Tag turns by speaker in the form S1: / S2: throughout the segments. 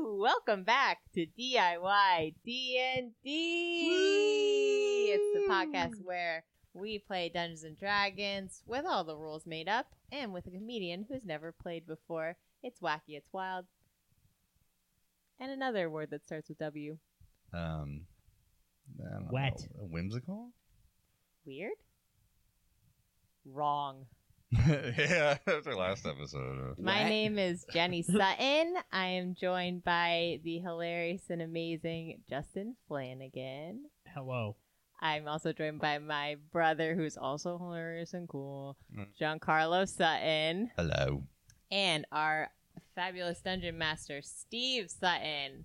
S1: Welcome back to DIY D&D. It's the podcast where we play Dungeons and Dragons with all the rules made up and with a comedian who's never played before. It's wacky, it's wild. And another word that starts with W.
S2: Um, I don't
S3: Wet.
S2: know, whimsical.
S1: Weird? Wrong.
S2: yeah, that was our last episode.
S1: My
S3: What?
S1: name is Jenny Sutton. I am joined by the hilarious and amazing Justin Flanagan.
S3: Hello.
S1: I'm also joined by my brother, who's also hilarious and cool,
S2: Mm.
S1: Giancarlo Sutton,
S2: Hello.
S1: and our fabulous dungeon master, Steve Sutton.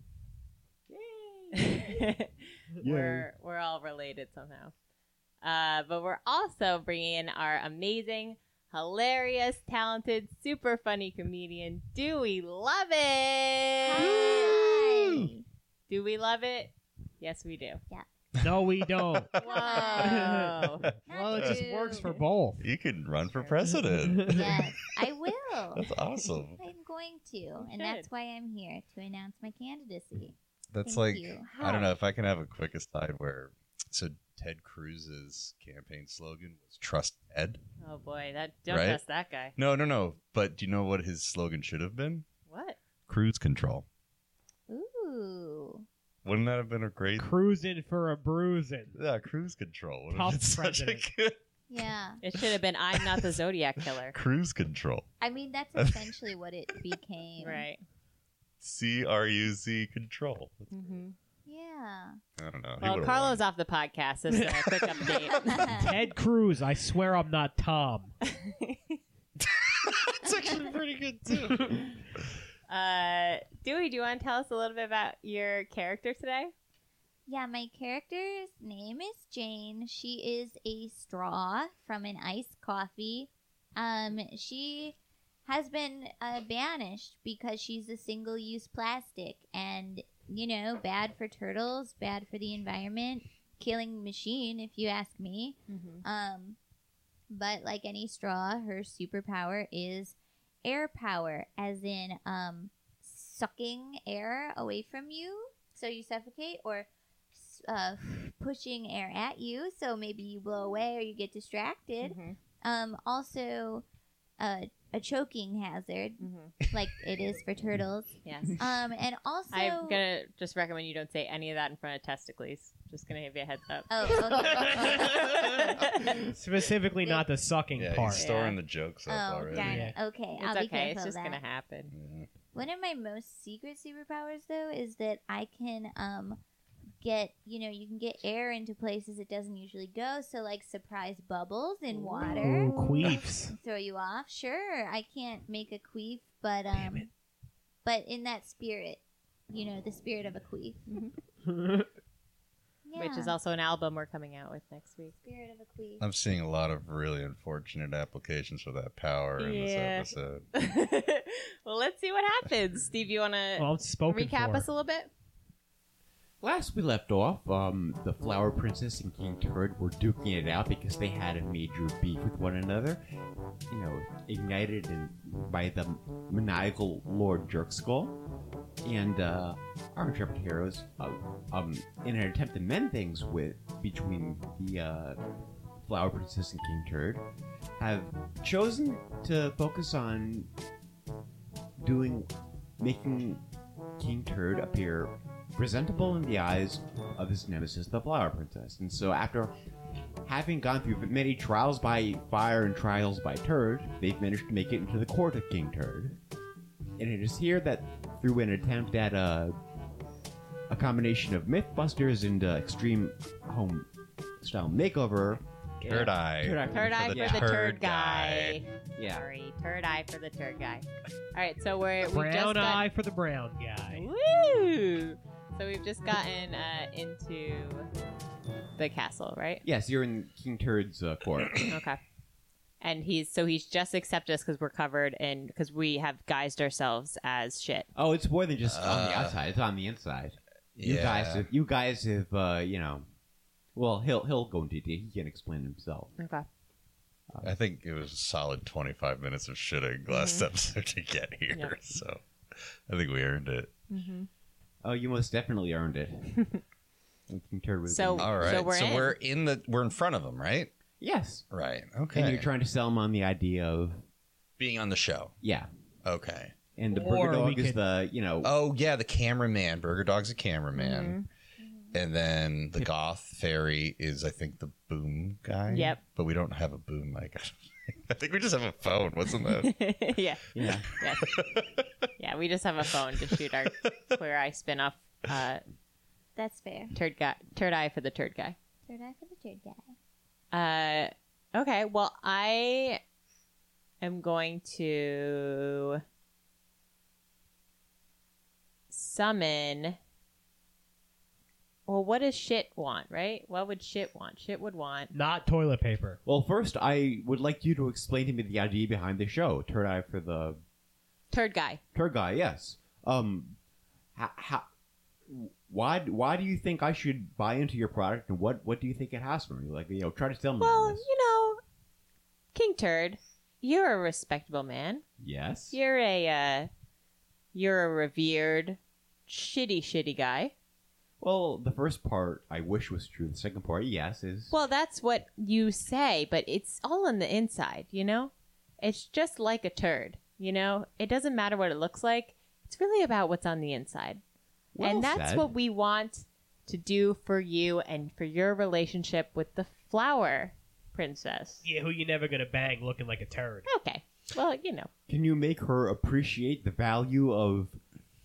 S1: Yay! we're we're all related somehow. Uh, but we're also bringing in our amazing, hilarious, talented, super funny comedian. Do we love it? Do we love it? Yes, we do.
S3: No, we don't.
S1: Whoa!
S3: well, it just works for both.
S2: You can run for president.
S4: Yes, I will.
S2: That's awesome.
S4: I'm going to,
S1: Good.
S4: and that's why I'm here to announce my candidacy.
S2: That's
S4: Thank
S2: like
S4: you.
S2: I don't know if I can have a quick aside where so Ted Cruz's campaign slogan was "Trust Ted."
S1: oh boy, that don't
S2: Right?
S1: trust that guy.
S2: No, no, no. But do you know what his slogan should have been?
S1: What?
S2: Cruise control.
S4: Ooh,
S2: Wouldn't that have been a great?
S3: Cruising for a bruising.
S2: Yeah, cruise control. would have
S3: Top
S2: been such a
S3: president.
S2: good
S4: yeah.
S1: It should have been I'm not the Zodiac killer.
S2: cruise control.
S4: I mean, that's essentially what it became.
S1: Right.
S2: C R U Z control.
S1: Mm-hmm.
S4: Yeah.
S2: I don't know. He
S1: Well,
S2: would've
S1: Carlo's off the podcast. This is a quick update.
S3: Ted Cruz, I swear I'm not Tom.
S2: won. That's actually pretty good too.
S1: Uh, Dewey, do you want to tell us a little bit about your character today?
S4: Yeah, my character's name is Jane. She is a straw from an iced coffee. Um, she has been uh, banished because she's a single use plastic and, you know, bad for turtles, bad for the environment, killing machine, if you ask me.
S1: Mm-hmm.
S4: Um, but like any straw, her superpower is air power, as in um, sucking air away from you, so you suffocate, or s- uh, pushing air at you, so maybe you blow away or you get distracted.
S1: Mm-hmm.
S4: Um, also, uh, a choking hazard, like it is for turtles.
S1: Yes.
S4: Um, and also,
S1: I'm gonna just recommend you don't say any of that in front of testicles. Just gonna give you a heads up.
S4: oh, okay.
S3: Specifically, not the sucking
S2: Yeah,
S3: part.
S2: he's
S1: storing
S2: storing
S1: Yeah.
S2: the jokes up
S4: Oh,
S2: already.
S4: darn it. Okay,
S1: it's
S4: I'll be
S1: okay.
S4: careful
S1: It's
S4: of
S1: just
S4: that.
S1: gonna happen.
S4: One of my most secret superpowers, though, is that I can um, get you know you can get air into places it doesn't usually go. So like surprise bubbles in water
S3: Ooh, queefs.
S4: throw you off. Sure, I can't make a queef, but um,
S3: Damn it.
S4: but in that spirit, you know, the spirit of a queef, yeah,
S1: Mm-hmm. Which is also an album we're coming out with next week.
S4: spirit of a queef.
S3: Um,
S2: I'm seeing a lot of really unfortunate applications for that power in this
S1: Yeah.
S2: episode.
S1: well, let's see what happens. Steve, you want to
S3: well, I'm spoken
S1: recap
S3: for.
S1: us a little bit?
S5: Last we left off, um, the Flower Princess and King Turd were duking it out because they had a major beef with one another. You know, ignited in, by the maniacal Lord Jerkskull. And uh, our intrepid heroes, uh, um, in an attempt to mend things with between the uh, Flower Princess and King Turd, have chosen to focus on doing, making King Turd appear presentable in the eyes of his nemesis, the Flower Princess. And so, after having gone through many trials by fire and trials by Turd, they've managed to make it into the court of King Turd. And it is here that, through an attempt at uh, a combination of Mythbusters and uh, extreme home style makeover,
S2: Turd eye.
S5: Turd eye.
S1: Turd eye for
S5: Yeah.
S1: the turd,
S2: turd
S1: guy.
S5: yeah,
S1: Sorry, turd eye for the turd guy. All right, so we're we just
S3: Brown
S1: got-
S3: eye for the brown guy.
S1: Woo! So we've just gotten uh, into the castle, right?
S5: yes, you're in King Turd's uh, court.
S1: Okay. And he's so he's just accepted us because we're covered and because we have guised ourselves as shit.
S5: Oh, it's more than just on the
S2: Uh,
S5: outside. It's on the inside. You
S2: yeah.
S5: guys have, you guys have, uh, you know. Well, he'll he'll go into detail. He can explain himself.
S1: Okay.
S2: I think it was a solid 25 minutes
S1: Mm-hmm.
S2: of shitting last episode to get here.
S1: Yep.
S2: So I think we earned it.
S5: Oh, you most definitely earned it. And King Turd was
S1: So-
S5: in-
S2: All right.
S1: we're in.
S2: we're in the we're in front of them, right?
S5: yes,
S2: Right. Okay.
S5: and you're trying to sell him on the idea of
S2: being on the show.
S5: yeah.
S2: Okay.
S5: And the
S3: Or
S5: burger
S3: we
S5: dog is
S3: could-
S5: the you know
S2: Oh yeah, the cameraman. Burger Dog's a
S1: Mm-hmm.
S2: cameraman, and then the
S3: Yep.
S2: goth fairy is, I think, the boom guy.
S1: Yep.
S2: But we don't have a boom mic. I think we just have a phone. What's in that?
S1: yeah,
S5: yeah
S1: yeah, yeah. We just have a phone to shoot our queer eye spinoff. Uh,
S4: That's fair.
S1: turd guy, turd eye for the turd guy.
S4: Third eye for the third guy.
S1: Uh, okay. Well, I am going to summon. Well, what does shit want, right? What would shit want? Shit would want.
S3: Not toilet paper.
S5: Well, first, I would like you to explain to me the idea behind the show. Turd Eye for the
S1: Turd guy.
S5: Turd Guy, yes. Um, how, how, why, why do you think I should buy into your product, and what, what do you think it has for me? Like, you know, try to sell me. on
S1: Well,
S5: this.
S1: you know, King Turd, you're a respectable man.
S5: yes.
S1: You're a uh, you're a revered, shitty, shitty guy.
S5: Well, the first part I wish was true. The second part, yes, is
S1: Well, that's what you say, but it's all on the inside, you know? It's just like a turd, you know? It doesn't matter what it looks like. It's really about what's on the inside.
S5: well
S1: and that's
S5: said.
S1: what we want to do for you and for your relationship with the flower princess.
S3: Yeah, who you never gonna bang looking like a turd.
S1: Okay. Well, you know.
S5: Can you make her appreciate the value of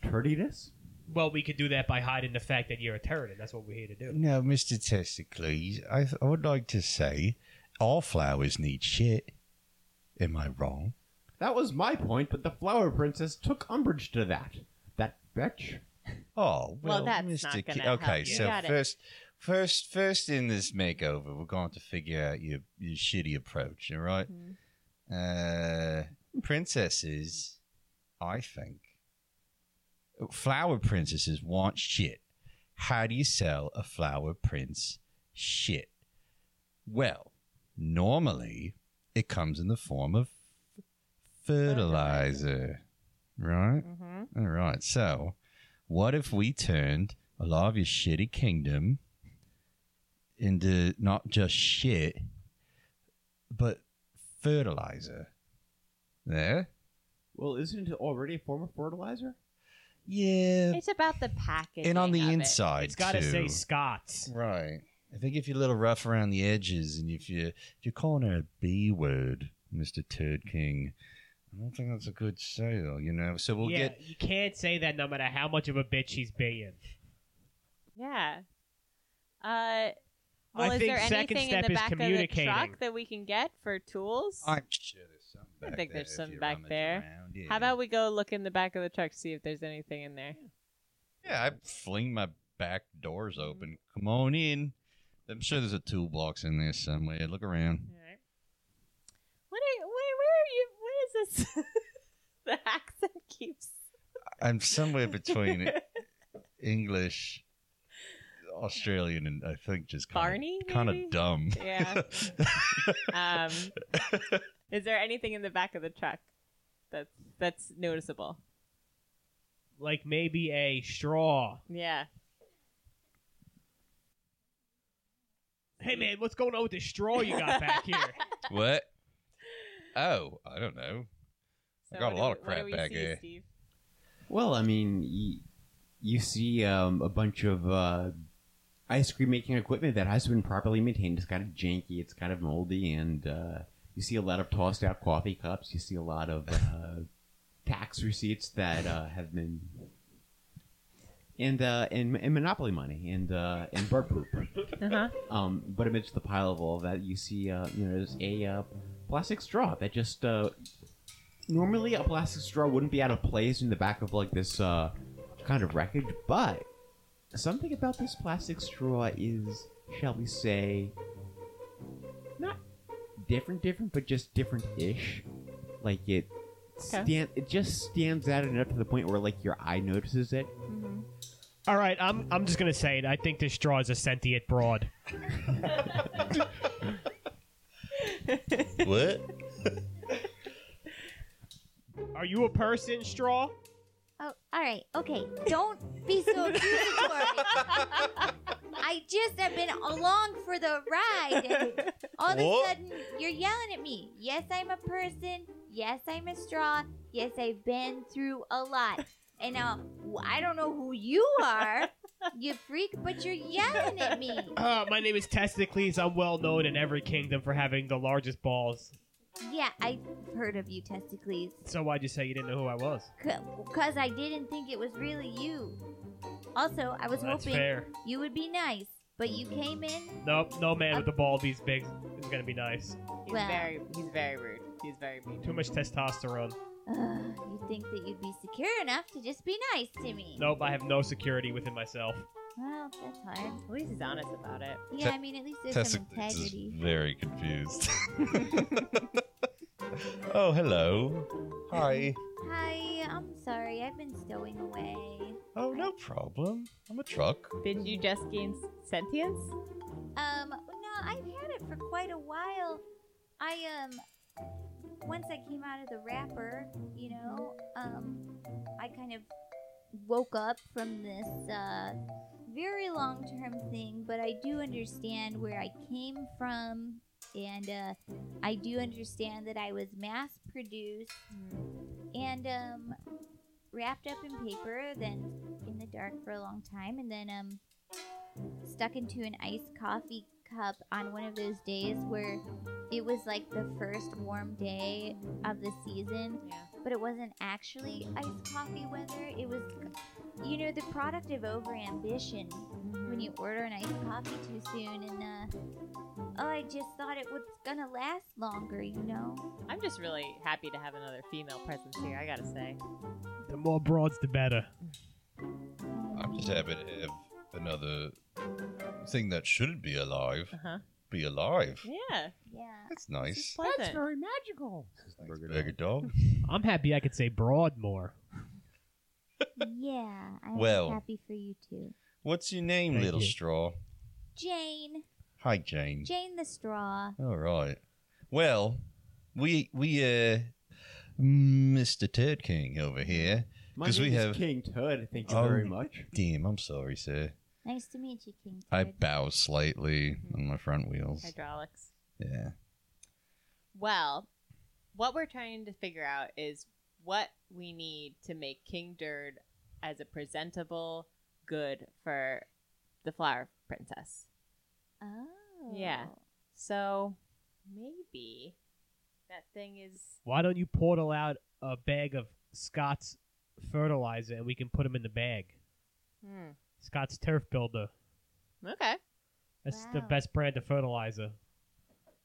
S5: turdiness?
S3: Well, we could do that by hiding the fact that you're a turd, and that's what we're here to do.
S2: Now, Mr. Testicles, I, I would like to say all flowers need shit. Am I wrong?
S5: That was my point, but the flower princess took umbrage to that. That bitch.
S2: Oh, well,
S1: Well, that's
S2: Mr.
S1: not
S2: Ke-
S1: gonna
S2: okay,
S1: help you.
S2: so
S1: Got it.
S2: first, first, first in this makeover, we're going to figure out your, your shitty approach, all right? Uh, princesses, I think, flower princesses want shit. How do you sell a flower prince shit? Well, normally it comes in the form of fertilizer, right?
S1: Mm-hmm.
S2: All right. So, what if we turned a lot of your shitty kingdom into not just shit, but fertilizer? There?
S5: Well, isn't it already a form of fertilizer?
S2: Yeah.
S1: It's about the package.
S2: and on the inside.
S3: It's gotta
S2: too.
S3: say Scots.
S2: Right. I think if you're a little rough around the edges and if you if you're calling her a B word, Mr. Turd King, I don't think that's a good sale, you know. So we'll
S3: yeah,
S2: get
S3: you can't say that no matter how much of a bitch she's being.
S1: Yeah. Uh, well,
S3: I
S1: is
S3: think
S1: there
S3: second
S1: anything in
S3: step
S1: the
S3: is
S1: back of the
S3: communicating.
S1: truck that we can get for tools?
S2: I'm sure there's some
S1: I
S2: back
S1: think
S2: there
S1: there's
S2: if
S1: some
S2: you
S1: back
S2: rummage
S1: there.
S2: around, yeah.
S1: How about we go look in the back of the truck see if there's anything in there?
S2: Yeah, I fling my back doors open. Come on in. Mm-hmm. I'm sure there's a toolbox in there somewhere. Look around.
S1: All right. What are where, where are you? What is this? the accent keeps.
S2: I'm somewhere between English, Australian, and I think just kind
S1: Barney,
S2: of kind
S1: maybe?
S2: of dumb.
S1: yeah. Um, is there anything in the back of the truck that's that's noticeable?
S3: Like maybe a straw.
S1: Yeah.
S3: Hey man, what's going on with the straw you got back here?
S2: what? Oh, I don't know. I got
S1: what
S2: a
S1: do we-
S2: lot of
S1: what do
S2: crap
S1: we
S2: back
S1: see,
S2: here.
S1: Steve?
S5: Well, I mean, you, you see um, a bunch of uh, ice cream making equipment that hasn't been properly maintained. It's kind of janky, it's kind of moldy, and uh, you see a lot of tossed out coffee cups. You see a lot of uh, tax receipts that uh, have been. And, uh, and and monopoly money and uh, and bird poop.
S1: Uh-huh.
S5: Um, but amidst the pile of all that, you see, uh, you know, there's a uh, plastic straw that just uh, normally a plastic straw wouldn't be out of place in the back of like this uh, kind of wreckage, but something about this plastic straw is, shall we say, not different, different, but just different-ish. Like it.
S1: Okay.
S5: Stand, it just stands out enough to the point where like your eye notices it
S1: Mm-hmm.
S3: All right, I'm I'm just gonna say it. I think this straw is a sentient broad.
S2: What?
S3: Are you a person, straw?
S4: Oh, all right. Okay. Don't be so accusatory. I just have been along for the ride. And all of
S2: What?
S4: a sudden, you're yelling at me. Yes, I'm a person. Yes, I'm a straw. Yes, I've been through a lot. And now w- I don't know who you are, you freak, but you're yelling at me.
S3: Uh, my name is Testicles. I'm well known in every kingdom for having the largest balls.
S4: Yeah, I've heard of you, Testicles.
S3: So why'd you say you didn't know who I was?
S4: Because I didn't think it was really you. Also, I was
S3: That's
S4: hoping
S3: fair.
S4: you would be nice, but you came in.
S3: Nope, no man with a ball these big is gonna be nice.
S1: He's
S4: Well.
S1: very he's very rude. He's very mean.
S3: Too much testosterone.
S4: Ugh, uh, you think that you'd be secure enough to just be nice to me.
S3: Nope, I have no security within myself.
S4: Well, that's hard.
S1: At least he's honest about it.
S4: Yeah,
S2: Te-
S4: I mean, at least there's some
S2: Testicles is
S4: integrity.
S2: very confused. oh, hello. Hi.
S4: Hi, I'm sorry. I've been stowing away.
S2: Oh, no problem. I'm a truck.
S1: Did you just gain s- sentience?
S4: Um, no, I've had it for quite a while. I, um, once I came out of the wrapper, you know, um, I kind of woke up from this, uh, very long term thing, but I do understand where I came from. And uh, I do understand that I was mass produced
S1: Mm.
S4: and um, wrapped up in paper, then in the dark for a long time, and then um, stuck into an iced coffee cup on one of those days where it was like the first warm day of the season,
S1: Yeah.
S4: but it wasn't actually iced coffee weather. It was, you know, the product of overambition when you order an iced coffee too soon, and uh, oh, I just thought it was gonna last longer, you know.
S1: I'm just really happy to have another female presence here. I gotta say.
S3: The more broads, the better.
S2: I'm just happy to have another thing that shouldn't be alive
S1: Uh huh.
S2: be alive.
S1: Yeah.
S4: Yeah.
S1: This
S2: That's
S1: is
S2: nice.
S1: pleasant.
S3: very magical.
S2: Thanks, Burger dog.
S3: I'm happy I could say broad more.
S4: Yeah, I'm
S2: Well.
S4: happy for you too.
S2: What's your name,
S3: Thank
S2: little
S3: you.
S2: straw?
S4: Jane,
S2: Hi, Jane.
S4: Jane the Straw.
S2: All right. Well, we we uh, Mr. Ted King over here.
S5: My
S2: 'Cause we
S5: name is
S2: have-
S5: King Todd. Thank you
S2: Oh.
S5: very much.
S2: Damn, I'm sorry, sir.
S4: Nice to meet you, King.
S2: I
S4: Tut.
S2: bow slightly on my front wheels.
S1: Hydraulics.
S2: Yeah.
S1: Well, what we're trying to figure out is what we need to make King Dird as a presentable good for the flower princess.
S4: Oh.
S1: Yeah. So maybe that thing is
S3: Why don't you portal out a bag of Scott's fertilizer and we can put them in the bag?
S1: hmm.
S3: Scott's Turf Builder.
S1: okay.
S3: That's the
S4: Wow.
S3: best brand of fertilizer.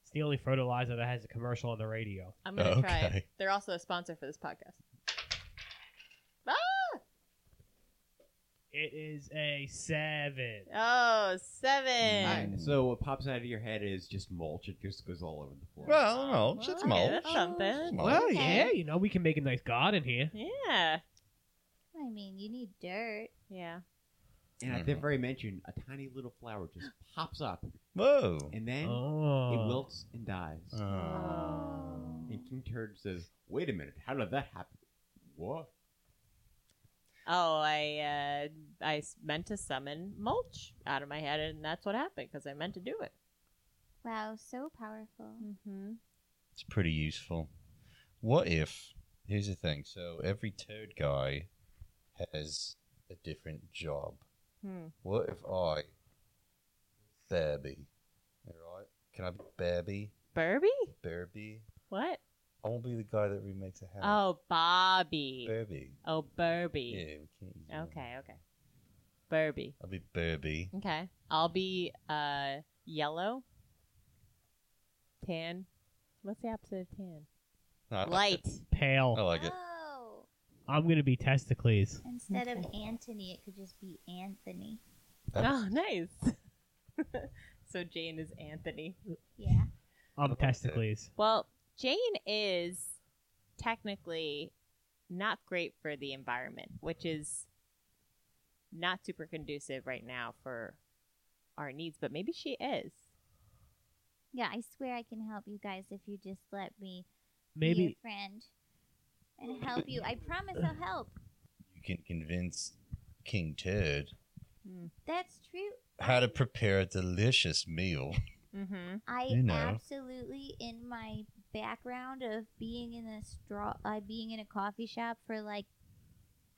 S3: It's the only fertilizer that has a commercial on the radio.
S1: I'm gonna try it.
S2: Okay.
S1: They're also a sponsor for this podcast.
S3: It is a seven.
S1: Oh, seven.
S5: Alright, so what pops out of your head is just mulch. It just goes all over the floor.
S2: Well, no,
S1: Well,
S2: it's
S1: okay,
S2: mulch.
S1: that's something.
S2: Mulch.
S3: Well,
S4: Oh, Okay.
S3: yeah, you know we can make a nice garden here.
S1: Yeah.
S4: I mean, you need dirt.
S1: Yeah.
S5: and at the very mention, a tiny little flower just pops up,
S2: Whoa. Ah.
S5: and then
S3: Oh,
S5: it wilts and dies.
S2: Uh. Oh.
S5: And King Turd says, "Wait a minute, how did that happen? What?
S1: Oh, I uh, I s- meant to summon mulch out of my head, and that's what happened because I meant to do it.
S4: Wow, so powerful.
S1: Mm-hmm.
S2: It's pretty useful. What if? Here's the thing. So every turd guy has a different job.
S1: Hmm.
S2: What if I, Burby, all right? Can I be Burby?
S1: Burby?
S2: Burby?
S1: What?
S2: I won't be the guy that remakes a house.
S1: Oh, Bobby.
S2: Burby.
S1: oh, Burby.
S2: Yeah, we can't use that.
S1: Okay, okay. Burby.
S2: I'll be Burby.
S1: Okay. I'll be uh yellow. Tan. What's the opposite of tan?
S2: No, I like
S1: Light.
S2: it.
S3: pale.
S2: I like it.
S4: Oh.
S3: I'm gonna be testicles.
S4: Instead of Anthony, it could just be Anthony.
S2: uh,
S1: Oh, nice. so Jane is Anthony.
S4: Yeah.
S3: I'm
S2: like that.
S3: testicles.
S1: Well, Jane is technically not great for the environment, which is not super conducive right now for our needs, but maybe she is.
S4: Yeah, I swear I can help you guys if you just let me be your
S3: Maybe
S4: friend and help you. I promise I'll help.
S2: You can convince King Turd
S4: That's true.
S2: how to prepare a delicious meal.
S1: Mm-hmm.
S4: I
S2: You know.
S4: absolutely in my background of being in a straw, uh, being in a coffee shop for like,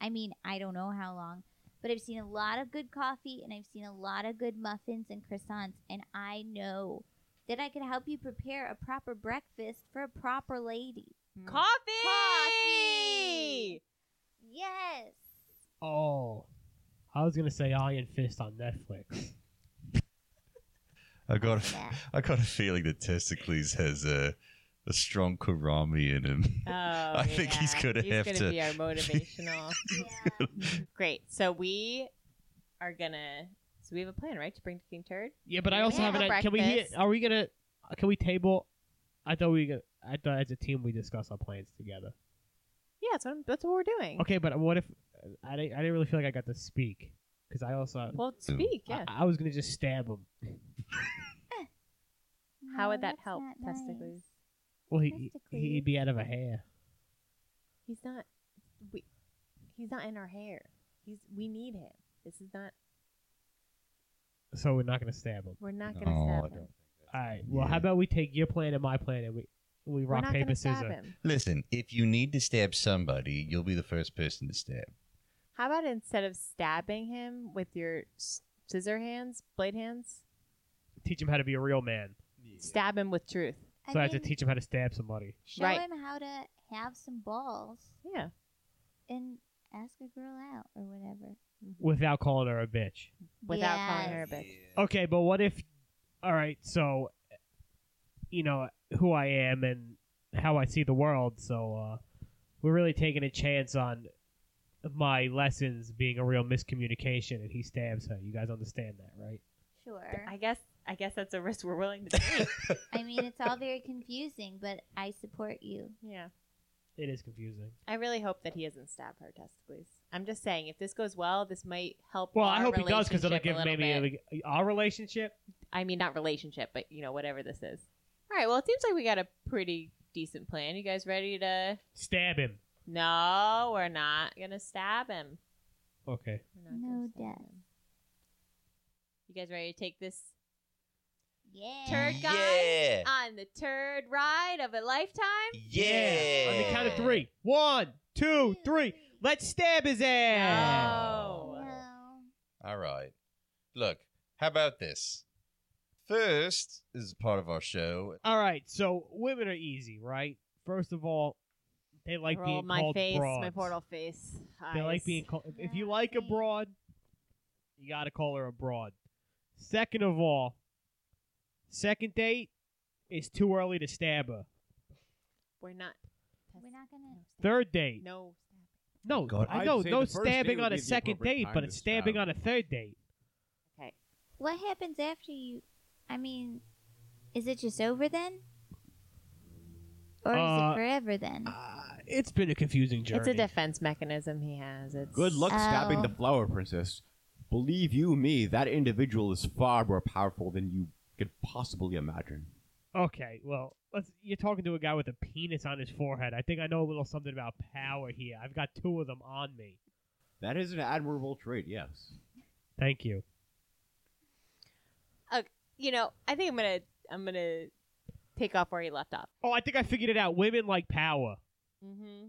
S4: I mean, I don't know how long, but I've seen a lot of good coffee and I've seen a lot of good muffins and croissants, and I know that I could help you prepare a proper breakfast for a proper lady.
S1: Coffee!
S4: Coffee! Yes.
S3: Oh, I was gonna say Iron Fist on Netflix.
S2: I got a,
S4: Yeah.
S2: I got a feeling that Testicles has a a strong karami in him.
S1: Oh,
S2: I think he's
S1: yeah.
S2: gonna have
S1: gonna
S2: to-
S1: be our motivational.
S4: yeah.
S1: Great. So we are gonna. So we have a plan, right, to bring to King Turd.
S3: Yeah, but I also
S4: Yeah.
S3: have an. idea. Can we? Hit,
S1: Breakfast.
S3: are we gonna? Can we table? I thought we. Gonna, I thought as a team we discuss our plans together.
S1: Yeah, that's what, I'm- that's what we're doing.
S3: Okay, but what if? I didn't. I didn't really feel like I got to speak because I also.
S1: Well, speak. Yeah.
S2: Uh,
S3: I, I was gonna just stab him.
S1: How would
S4: No,
S1: that
S4: that's
S1: help,
S4: not
S1: testicles?
S3: Well, he, he
S4: Testicles.
S3: he'd be out of a hair.
S1: He's not. We, he's not in our hair. He's. We need him. This is not.
S3: So we're not gonna stab him.
S1: We're not gonna
S2: No, I
S1: stab him.
S2: don't.
S3: All right. Well, how
S2: Yeah.
S3: about we take your plan and my plan and we we
S1: We're
S3: rock
S1: not
S3: paper
S1: gonna stab
S3: scissors.
S1: him.
S2: Listen, if you need to stab somebody, you'll be the first person to stab.
S1: How about instead of stabbing him with your s- scissor hands, blade hands,
S3: Teach him how to be a real man.
S1: stab him with truth?
S4: I
S3: So I, have to
S4: mean,
S3: teach him how to stab somebody.
S4: show
S1: Right.
S4: him how to have some balls.
S1: Yeah.
S4: and ask a girl out or whatever.
S3: without calling her a bitch.
S1: Without calling her a
S4: Yes.
S1: bitch.
S3: Okay, but what if? All right, so you know who I am and how I see the world. So uh, we're really taking a chance on my lessons being a real miscommunication, and he stabs her. You guys understand that, right?
S4: Sure.
S1: I guess. I guess that's a risk we're willing to take.
S4: I mean, it's all very confusing, but I support you.
S1: yeah.
S3: It is confusing.
S1: I really hope that he doesn't stab her testicles. I'm just saying, if this goes well, this might help.
S3: Well,
S1: our
S3: I hope he does because it'll
S1: relationship a
S3: give
S1: little
S3: maybe
S1: bit.
S3: like, our relationship.
S1: I mean, not relationship, but you know, whatever this is. All right. Well, it seems like we got a pretty decent plan. You guys ready to?
S3: Stab him.
S1: No, we're not gonna stab him.
S3: Okay.
S1: We're not
S4: No
S1: gonna stab
S4: death.
S1: him. You guys ready to take this
S4: Yeah.
S1: Turd guy?
S2: Yeah.
S1: on the turd ride of a lifetime?
S2: Yeah.
S3: On the count of three. One, two, three. Let's stab his ass.
S1: No.
S4: No.
S2: All right. Look, how about this? First, this is part of our show.
S3: All right, so women are easy, right? First of all, they like
S1: Roll
S3: being
S1: my
S3: called
S1: face,
S3: broads.
S1: my portal face.
S3: They
S1: eyes.
S3: like being called. If you
S4: Yeah,
S3: like a
S4: same.
S3: broad, you gotta call her a broad. Second of all, second date is too early to stab her.
S1: We're not.
S4: We're not gonna.
S3: Third date,
S1: No.
S3: no,
S2: God,
S3: I
S5: I'd
S3: know
S5: say
S3: no
S5: the first date
S3: stabbing
S5: would
S3: on a
S5: be the
S3: second
S5: appropriate
S3: date,
S5: time
S3: but
S5: to
S3: it's stabbing
S5: stab.
S3: on a third date.
S1: Okay.
S4: What happens after you? I mean, is it just over then, or is
S3: Uh,
S4: it forever then?
S5: Uh,
S3: it's been a confusing journey.
S1: It's a defense mechanism he has. It's
S5: Good luck stabbing
S4: Oh.
S5: the flower princess. Believe you me, that individual is far more powerful than you could possibly imagine.
S3: Okay, well, let's, you're talking to a guy with a penis on his forehead. I think I know a little something about power here. I've got two of them on me.
S5: That is an admirable trait, yes.
S3: Thank you.
S1: You know, I think I'm gonna I'm gonna pick up where he left off.
S3: Oh, I think I figured it out. Women like power.
S1: Mm-hmm.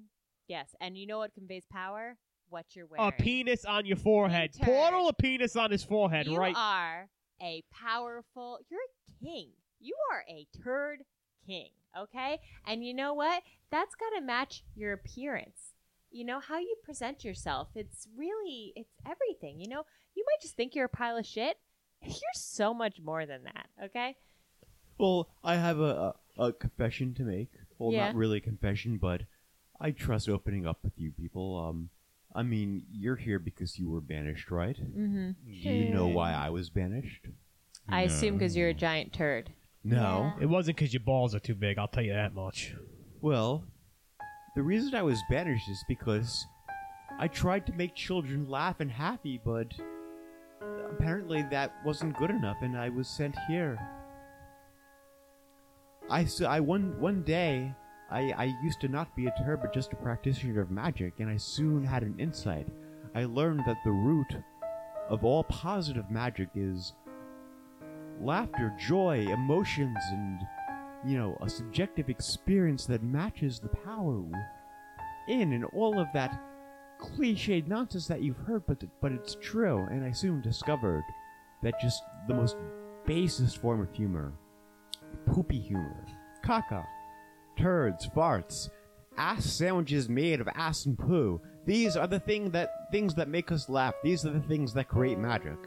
S1: Yes, and you know what conveys power? What you're wearing.
S3: A penis on your forehead.
S1: Turd.
S3: Portal a penis on his forehead,
S1: you
S3: right?
S1: are a powerful. You're a king. You are a turd king. Okay, and you know what? That's got to match your appearance. You know how you present yourself. It's really it's everything. You know, you might just think you're a pile of shit. You're so much more than that. Okay.
S5: Well, I have a, a, a confession to make. Well,
S1: Yeah.
S5: not really a confession, but I trust opening up with you people. Um, I mean, you're here because you were banished, right?
S1: Mm-hmm.
S5: Do you know why I was banished?
S1: I assume because you're a giant turd.
S5: No.
S4: Yeah.
S3: It wasn't because your balls are too big. I'll tell you that much.
S5: Well, the reason I was banished is because I tried to make children laugh and happy, but apparently that wasn't good enough, and I was sent here. I s- I- one one day I I used to not be a turd, but just a practitioner of magic, and I soon had an insight. I learned that the root of all positive magic is laughter, joy, emotions, and, you know, a subjective experience that matches the power in and all of that cliched nonsense that you've heard, but, but it's true. And I soon discovered that just the most basest form of humor, poopy humor, caca, turds, farts, ass sandwiches made of ass and poo. These are the thing that things that make us laugh. These are the things that create magic.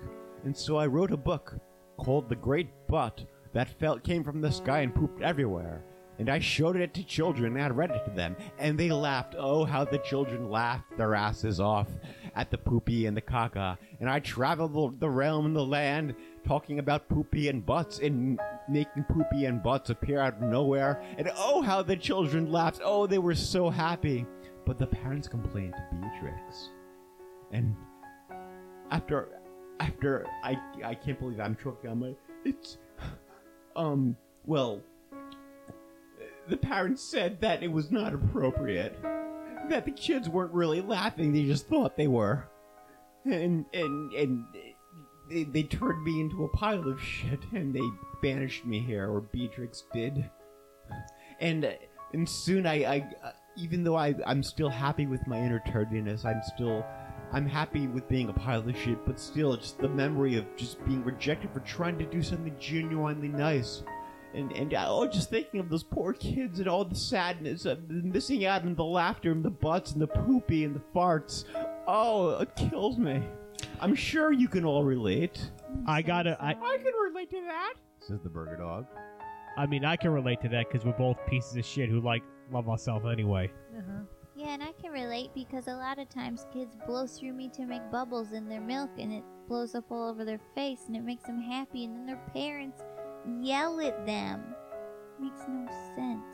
S5: And so I wrote a book called The Great Butt that felt came from the sky and pooped everywhere. And I showed it to children and I read it to them, and they laughed. Oh, how the children laughed their asses off at the poopy and the caca. And I traveled the- the realm and the land talking about poopy and butts and making poopy and butts appear out of nowhere. And oh, how the children laughed. Oh, they were so happy. But the parents complained to Beatrix. And after, after, I, I can't believe I'm choking on my. It's. Um, well, the parents said that it was not appropriate. That the kids weren't really laughing, they just thought they were. And, and, and they, they turned me into a pile of shit and they banished me here, or Beatrix did. And, uh, and soon I, I uh, even though I, I'm still happy with my inner turdiness, I'm still, I'm happy with being a pile of shit, but still, it's the memory of just being rejected for trying to do something genuinely nice and and uh, oh, just thinking of those poor kids and all the sadness of the missing out and the laughter and the butts and the poopy and the farts. Oh, it kills me. I'm sure you can all relate.
S3: I gotta. I,
S5: I can relate to that," says the burger dog.
S3: I mean, I can relate to that because we're both pieces of shit who like love ourselves anyway.
S1: Uh-huh.
S4: Yeah, and I can relate because a lot of times kids blow through me to make bubbles in their milk and it blows up all over their face and it makes them happy and then their parents yell at them. Makes no sense.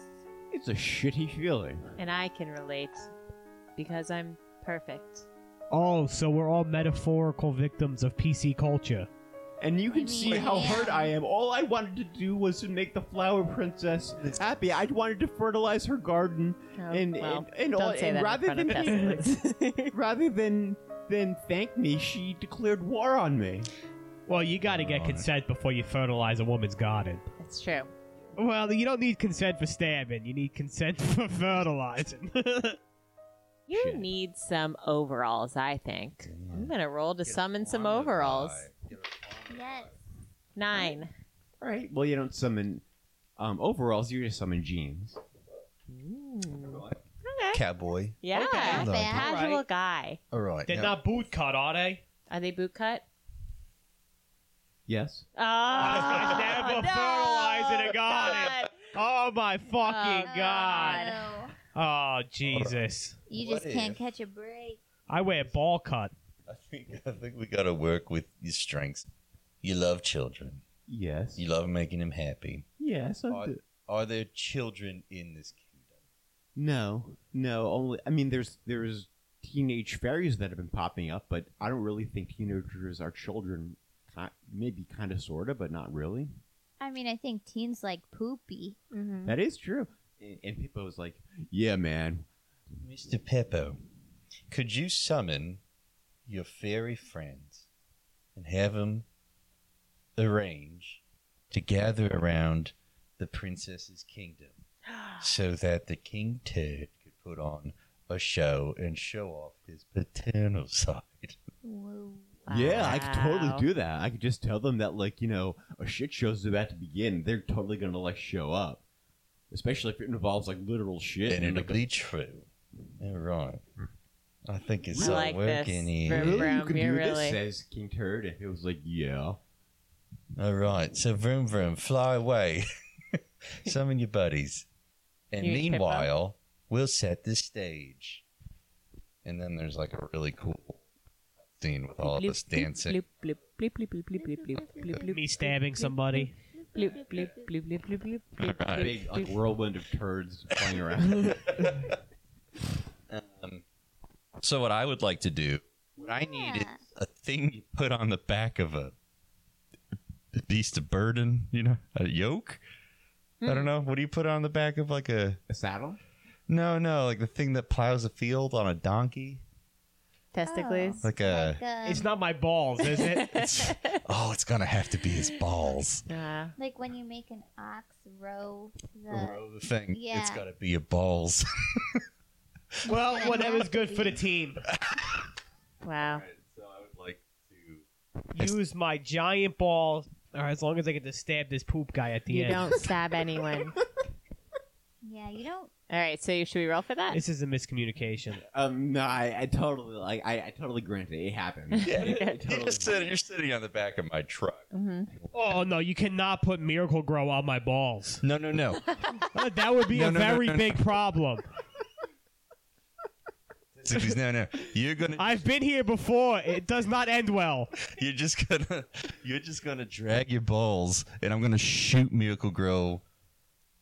S5: It's a shitty feeling.
S1: And I can relate because I'm perfect.
S3: Oh, so we're all metaphorical victims of PC culture.
S5: And you can
S4: I mean,
S5: see how
S4: yeah.
S5: hurt I am. All I wanted to do was to make the flower princess happy. I wanted to fertilize her garden
S1: Oh,
S5: and
S1: well,
S5: and, and,
S1: don't
S5: all,
S1: say
S5: and
S1: that
S5: rather
S1: in front
S5: than
S1: of Pestilence.
S5: rather than than thank me, she declared war on me.
S3: Well, you got to get
S2: Right.
S3: consent before you fertilize a woman's garden.
S1: That's true.
S3: Well, you don't need consent for stabbing. You need consent for fertilizing.
S1: You
S5: Shit.
S1: need some overalls, I think. I'm gonna roll to summon some overalls.
S4: Yes.
S1: Nine.
S5: All right. Well, you don't summon um, overalls. You just summon jeans.
S1: Ooh. Mm. Okay.
S2: Cowboy.
S1: Yeah.
S4: Okay. Not bad.
S1: Casual
S3: Alright.
S1: guy.
S2: All right.
S3: They're
S2: now-
S3: not boot cut, are they?
S1: Are they boot cut?
S5: Yes.
S1: Oh,
S3: Never fertilize in
S1: no,
S3: a garden. Oh my fucking
S1: Oh,
S3: god!
S4: No.
S3: Oh Jesus!
S4: You
S2: What
S4: just can't
S2: if-
S4: catch a break.
S3: I wear ball cut.
S2: I think I think we got to work with your strengths. You love children.
S5: Yes.
S2: You love making them happy.
S5: Yes. I
S2: Are,
S5: do.
S2: are there children in this kingdom?
S5: No. No. Only. I mean, there's there's teenage fairies that have been popping up, but I don't really think teenagers are children. Ki- Maybe kind of, sorta, but not really.
S1: Mm.
S4: I mean, I think teens like poopy.
S1: no. Mhm.
S5: That is true. And, and Pippo was like, "Yeah, man.
S2: Mr. Peppo, could you summon your fairy friends and have them arrange to gather around the princess's kingdom so that the King Turd could put on a show and show off his paternal side?
S4: Whoa.
S5: Yeah, I could
S1: Wow.
S5: totally do that. I could just tell them that, like, you know, a shit show's about to begin. They're totally gonna like show up, especially if it involves like literal shit
S2: And
S5: like,
S2: it'll be true. All right. I think
S1: I
S2: it's all
S1: like this.
S2: working here.
S1: Vroom,
S5: Really?
S1: vroom.
S5: you can
S1: You're
S5: do
S1: really-
S5: this, says King Turd. And he was like, yeah.
S2: All right. So vroom vroom, fly away. Summon your buddies. And
S1: You need Pippa.
S2: meanwhile, we'll set the stage. And then there's like a really cool scene with all of
S1: Bloop,
S2: us dancing.
S1: bloop, bloop, bloop, bloop, bloop, bloop, bloop, bloop, bloop, bloop,
S3: Me stabbing somebody.
S1: bloop, bloop, bloop, bloop, bloop, bloop, bloop,
S2: Alright.
S5: Big like,
S1: bloop.
S5: whirlwind of turds flying around.
S2: Um, so what I would like to do, what I need is
S4: Yeah.
S2: a thing you put on the back of a beast of burden, you know, a yoke. I
S1: Hmm.
S2: don't know. What do you put on the back of like a
S5: a saddle?
S2: No, no, like the thing that plows a field on a donkey.
S1: Testicles.
S2: Like a.
S4: um,
S3: It's not my balls, is it?
S2: It's, oh, it's gonna have to be his balls.
S1: Nah.
S4: like when you make an ox row the
S2: Row the thing. It's
S4: yeah.
S2: gotta be your balls.
S3: well, whatever's good for the team.
S1: Wow.
S2: so I would like to.
S3: Use my giant balls, or as long as I get to stab this poop guy at the
S1: You
S3: end.
S1: don't stab anyone.
S4: yeah you don't
S1: All right, so should we roll for that?
S3: This is a miscommunication.
S5: Um, no, I, I totally like. I, I totally grant it. It happened.
S2: Yeah.
S5: It- it
S2: You're,
S5: totally
S2: just sitting, you're sitting on the back of my truck.
S1: Mm-hmm.
S3: Oh no, you cannot put Miracle Grow on my balls.
S2: No, no, no.
S3: Uh, that would be
S2: No,
S3: a
S2: no, no,
S3: very
S2: no, no.
S3: big problem.
S2: no, no. You're gonna.
S3: I've been here before. It does not end well.
S2: You're just gonna. You're just gonna drag your balls, and I'm gonna shoot Miracle Grow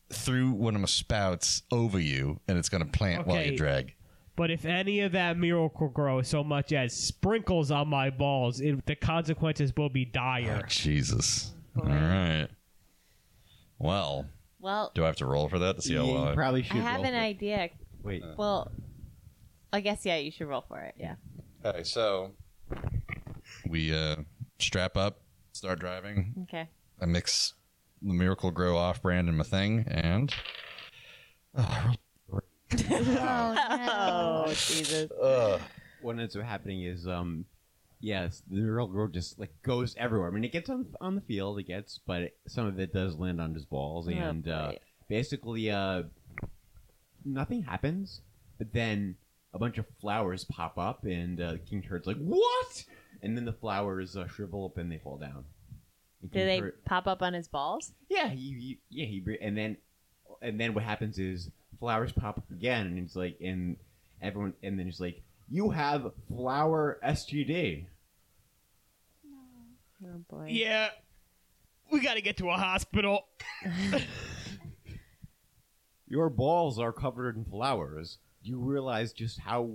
S2: through one of my spouts over you, and it's gonna plant while you
S3: Okay.
S2: drag.
S3: But if any of that Miracle Grow so much as sprinkles on my balls, it, the consequences will be
S2: Oh,
S3: dire.
S2: Jesus.
S1: Boy.
S2: All right. Well,
S1: Well,
S2: do I have to roll for that to see how well?
S5: You
S2: I-
S5: probably
S1: I
S5: should.
S1: have
S5: roll
S1: an
S5: for-
S1: idea.
S5: Wait.
S1: Well, I guess yeah, you should roll for it. Yeah.
S2: Okay, so we uh, strap up, start driving.
S1: Okay.
S2: I mix the Miracle Grow off brand in my thing, and oh, I rolled-
S4: oh no
S1: Oh Jesus.
S2: Ugh.
S5: what ends up happening is um yes the real girl just like goes everywhere i mean it gets on on the field it gets but it, some of it does land on his
S1: Oh,
S5: balls and uh
S1: boy.
S5: basically uh nothing happens but then a bunch of flowers pop up and uh, king turd's like what and then the flowers uh, shrivel up and they fall down And
S1: Do
S5: King
S1: they
S5: Turd-
S1: pop up on his balls?
S5: yeah he, he yeah he bre- and then and then what happens is flowers pop up again and it's like and everyone and then he's like you have flower STD.
S1: Oh boy.
S3: Yeah, we got to get to a hospital.
S5: Your balls are covered in flowers. You realize just how.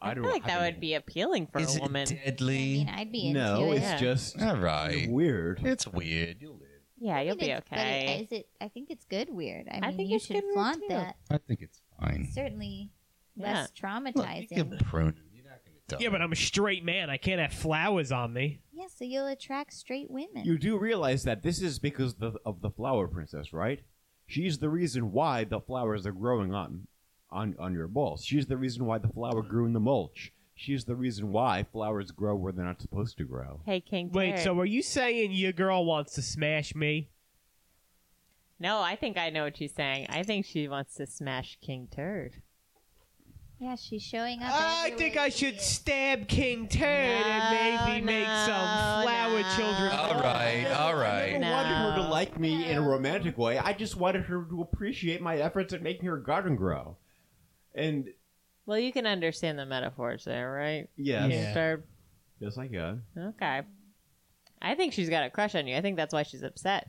S1: I, feel like that would be appealing for
S2: Is
S1: a woman.
S2: It
S4: I mean,
S2: deadly.
S4: I'd be into
S5: No,
S4: it.
S5: it's
S1: Yeah.
S5: just
S2: All right.
S5: weird.
S2: It's weird. You'll live.
S1: yeah,
S4: I
S1: you'll
S4: mean,
S1: be
S4: it's- but it-
S1: okay.
S4: is it? I think it's good weird. I mean,
S1: I think
S4: you
S1: it's
S4: should
S1: good weird,
S4: flaunt
S1: too.
S4: that.
S2: I think it's fine.
S4: It's certainly less
S2: Look, you
S4: traumatizing.
S2: can prune it. You're not gonna die.
S3: Yeah, but I'm a straight man. I can't have flowers on me.
S4: yeah, so you'll attract straight women.
S5: You do realize that this is because the, of the flower princess, right? She's the reason why the flowers are growing on, on on your balls. She's the reason why the flower grew in the mulch. She's the reason why flowers grow where they're not supposed to grow.
S1: hey, King.
S3: Wait,
S1: Turd.
S3: so are you saying your girl wants to smash me?
S1: no, I think I know what she's saying. I think she wants to smash King Turd.
S4: yeah, she's showing up.
S3: I
S4: everywhere
S3: think I
S4: you
S3: should
S4: see it.
S3: stab King Turd and maybe
S1: No,
S3: make
S1: no,
S3: some flower
S1: no.
S3: children.
S2: All right, all
S5: I
S2: right.
S5: never wanted her to
S1: No.
S5: like me in a romantic way. I just wanted her to appreciate my efforts at making her garden grow. And
S1: Well, you can understand the metaphors there, right?
S5: yes,
S3: Yeah.
S1: King Turd.
S5: yes, I can.
S1: Okay. I think she's got a crush on you. I think that's why she's upset.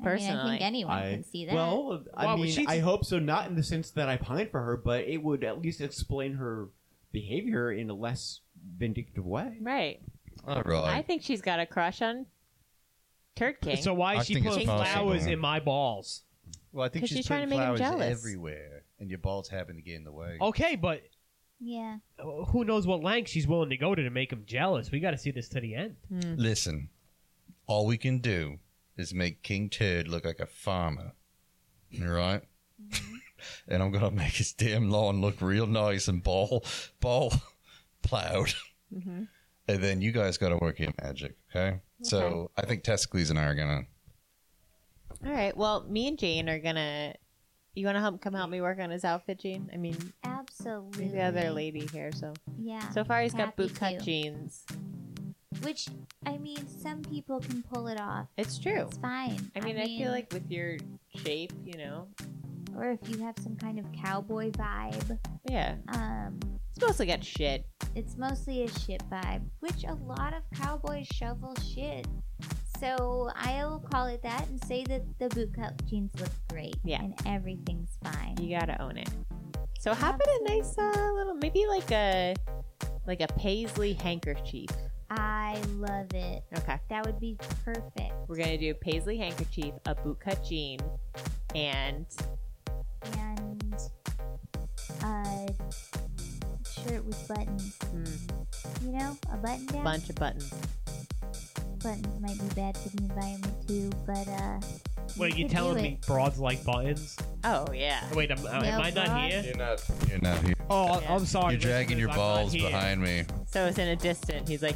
S4: I, mean, I
S1: Personally.
S4: think anyone
S5: I,
S4: can see that.
S5: Well, I
S3: Wow, but
S5: mean,
S3: she's-
S5: I hope so. Not in the sense that I pine for her, but it would at least explain her behavior in a less vindictive way.
S1: Right.
S2: All
S1: I
S2: right.
S1: think she's got a crush on Turd King.
S3: So why
S2: I
S3: is she
S2: think it's
S3: putting
S2: possible.
S3: flowers in my balls?
S2: Well, I think
S1: 'Cause she's trying to
S2: putting
S1: make him
S2: flowers
S1: jealous.
S2: everywhere, and your balls happen to get in the way.
S3: Okay, but
S4: yeah.
S3: uh, who knows what length she's willing to go to to make him jealous? We got to see this to the end.
S1: Hmm.
S2: Listen, all we can do is make King Turd look like a farmer. All right?
S4: Mm-hmm.
S2: and I'm gonna make his damn lawn look real nice and ball ball plowed.
S1: Mhm.
S2: And then you guys gotta work your magic, okay? So I think Tescles and I are gonna
S1: All right. Well, me and Jane are gonna. You want to help come help me work on his outfit, Jane? I mean,
S4: Absolutely.
S1: you're the other lady here. So
S4: Yeah.
S1: so far he's got
S4: Happy
S1: bootcut
S4: to.
S1: jeans.
S4: Which, I mean, some people can pull it off.
S1: It's true.
S4: It's fine.
S1: I mean, I, feel like with your shape, you know,
S4: or if you have some kind of cowboy vibe,
S1: yeah,
S4: um,
S1: it's mostly got shit.
S4: it's mostly a shit vibe, which a lot of cowboys shovel shit. So I'll call it that and say that the bootcut jeans look great.
S1: Yeah.
S4: And everything's fine.
S1: You gotta own it. So how about a nice uh, little, maybe like a like a paisley handkerchief?
S4: I love it.
S1: Okay,
S4: That would be perfect.
S1: we're gonna do paisley handkerchief, a bootcut jean, and
S4: And a uh, shirt with buttons.
S1: Mm,
S4: You know, a button down.
S1: bunch of buttons.
S4: Buttons might be bad for the environment too, but uh.
S3: Wait, you
S4: could
S3: telling
S4: do
S3: me
S4: it.
S3: broads like buttons?
S1: Oh yeah.
S3: Wait, am, am
S4: No,
S3: I not
S4: broad-
S3: here?
S2: You're not. You're not here.
S3: Oh,
S1: Yeah.
S3: I'm sorry.
S2: You're dragging
S3: listeners,
S2: your
S3: I'm not
S2: balls
S3: here.
S2: behind me.
S1: So it's in a distant. He's like,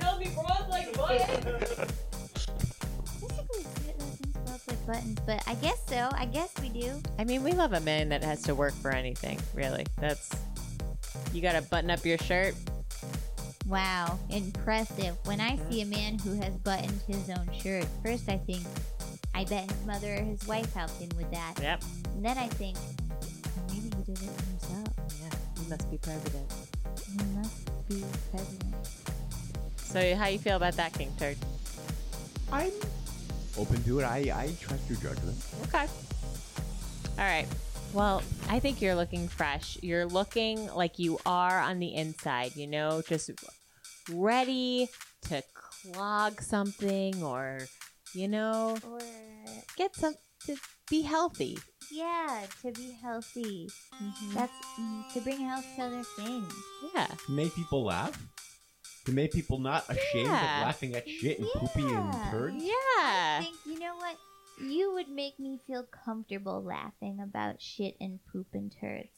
S1: tell me broads like buttons.
S4: Basically, see it like these buttons with buttons, but I guess so. I guess we do.
S1: I mean, we love a man that has to work for anything. Really, that's you got to button up your shirt.
S4: Wow, impressive. When I see a man who has buttoned his own shirt, first I think, I bet his mother or his wife helped him with that.
S1: Yep.
S4: And then I think, maybe he did it himself.
S1: Yeah, he must be president.
S4: He must be president.
S1: So how you feel about that, King Turd?
S5: I'm open to it. I, I trust your judgment.
S1: Okay. All right. Well, I think you're looking fresh. You're looking like you are on the inside, you know, just ready to clog something or, you know,
S4: Or,
S1: get some to be healthy.
S4: yeah, to be healthy.
S2: Mm-hmm.
S4: That's mm, to bring health to other things.
S1: Yeah.
S5: To make people laugh. To make people not ashamed
S1: Yeah.
S5: of laughing at shit and poopy and
S4: Yeah.
S5: turds.
S1: Yeah.
S4: I think, you know what? You would make me feel comfortable laughing about shit and poop and turds.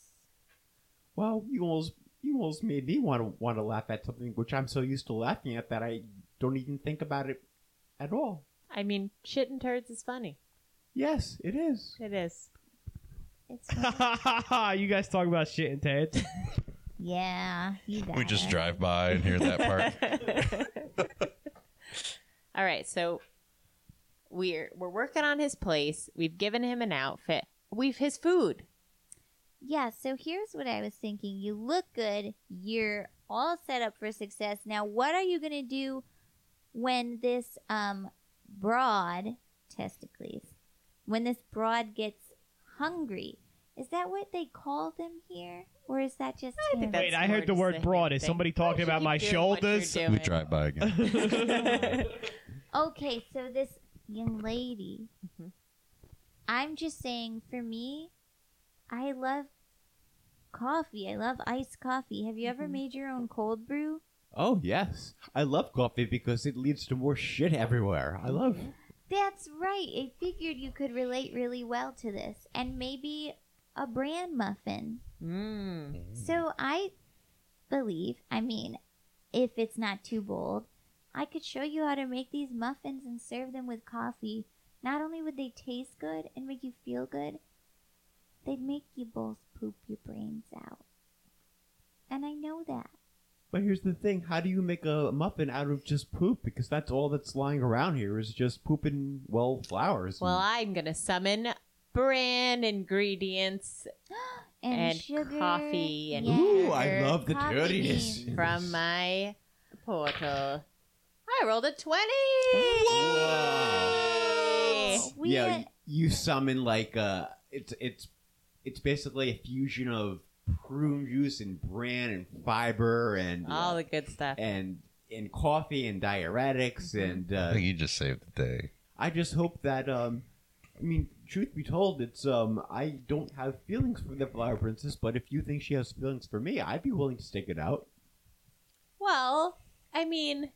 S5: Well, you almost you almost made me want to want to laugh at something which I'm so used to laughing at that I don't even think about it at all.
S1: I mean, shit and turds is funny.
S5: Yes, it is.
S1: It is.
S4: It's
S3: you guys talk about shit and tits.
S4: yeah, you got
S2: We just
S4: it.
S2: drive by and hear that part.
S1: All right, so we're we're working on his place. We've given him an outfit. We've his food.
S4: Yeah, so here's what I was thinking. You look good. You're all set up for success. Now, what are you going to do when this um broad testicles when this broad gets hungry? Is that what they call them here or is that just
S1: I think
S4: him?
S1: that's
S3: Wait, I heard the
S1: more
S3: word
S1: just a
S3: broad.
S1: him
S3: Is
S1: thing.
S3: somebody talking
S1: You
S3: about
S1: keep
S3: my
S1: doing what you're
S3: shoulders?
S1: doing.
S2: we drive by again.
S4: Okay, so this young lady,
S1: Mhm.
S4: I'm just saying, for me, I love coffee. I love iced coffee. Have you ever
S1: Mhm.
S4: made your own cold brew?
S5: Oh yes, I love coffee because it leads to more shit everywhere. I love.
S4: That's right. I figured you could relate really well to this. And maybe a bran muffin.
S1: mm.
S5: Hmm.
S4: So I believe, I mean, if it's not too bold, I could show you how to make these muffins and serve them with coffee. Not only would they taste good and make you feel good, they'd make you both poop your brains out. And I know that.
S5: But here's the thing: how do you make a muffin out of just poop? Because that's all that's lying around here is just poop and well flowers.
S1: Well, I'm gonna summon brand ingredients
S4: And,
S1: And
S4: sugar,
S1: coffee and-
S4: yeah,
S5: Ooh, I
S4: sugar,
S5: love the
S4: coffee
S5: dirtiness.
S4: beans.
S1: from my portal. I rolled a twenty.
S5: Whoa.
S4: We
S5: yeah,
S4: had-
S5: y- you summon like uh, it's it's it's basically a fusion of prune juice and bran and fiber and
S1: All
S5: uh,
S1: Oh, the good stuff.
S5: and and coffee and diuretics and
S2: I
S5: uh,
S2: think you just saved the day.
S5: I just hope that um I mean, truth be told, it's um I don't have feelings for the flower princess, but if you think she has feelings for me, I'd be willing to stick it out.
S1: Well, I mean,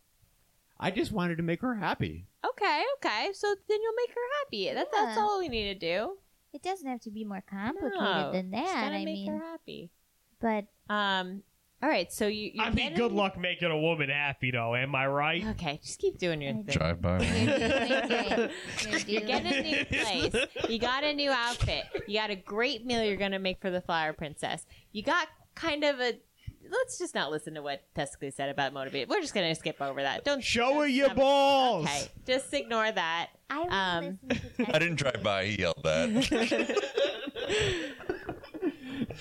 S5: I just wanted to make her happy.
S1: okay, okay. So then you'll make her happy. That, That's
S4: Yeah.
S1: all we need to do.
S4: It doesn't have to be more complicated
S1: No,
S4: than
S1: Just
S4: that.
S1: gotta
S4: I
S1: make her
S4: mean,
S1: happy.
S4: but
S1: Um. All right. So you. you
S3: I mean, good luck making a woman happy, though. Am I right?
S1: Okay, just keep doing your
S4: Okay.
S1: thing.
S2: Drive by.
S4: you're doing great.
S1: You're
S4: You're doing
S1: getting a new place. You got a new outfit. You got a great meal you're gonna make for the flower princess. You got kind of a. Let's just not listen to what Testicles said about motivate. We're just gonna skip over that. Don't
S3: Show her
S1: don't-
S3: your
S1: um,
S3: balls.
S1: Okay, just ignore that.
S4: I will
S1: Um,
S4: listen to
S2: I didn't drive
S4: testimony.
S2: by. He yelled that.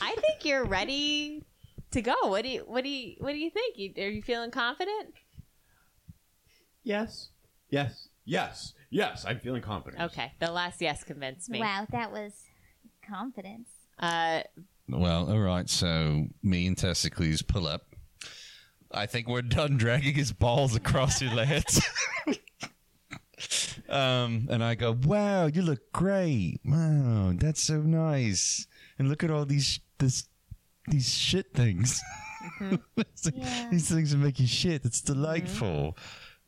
S1: I think you're ready to go. What do you? What do you? What do you think? You- Are you feeling confident?
S5: Yes. Yes. Yes. Yes. I'm feeling confident.
S1: Okay, the last yes convinced me.
S4: Wow, that was confidence.
S1: Uh,
S2: Well, all right. So me and Testicles pull up. I think we're done dragging his balls across your legs. um, and I go, "Wow, you look great! Wow, that's so nice! And look at all these this these shit things."
S1: Mhm.
S2: It's like,
S4: Yeah.
S2: These things are making shit. It's delightful.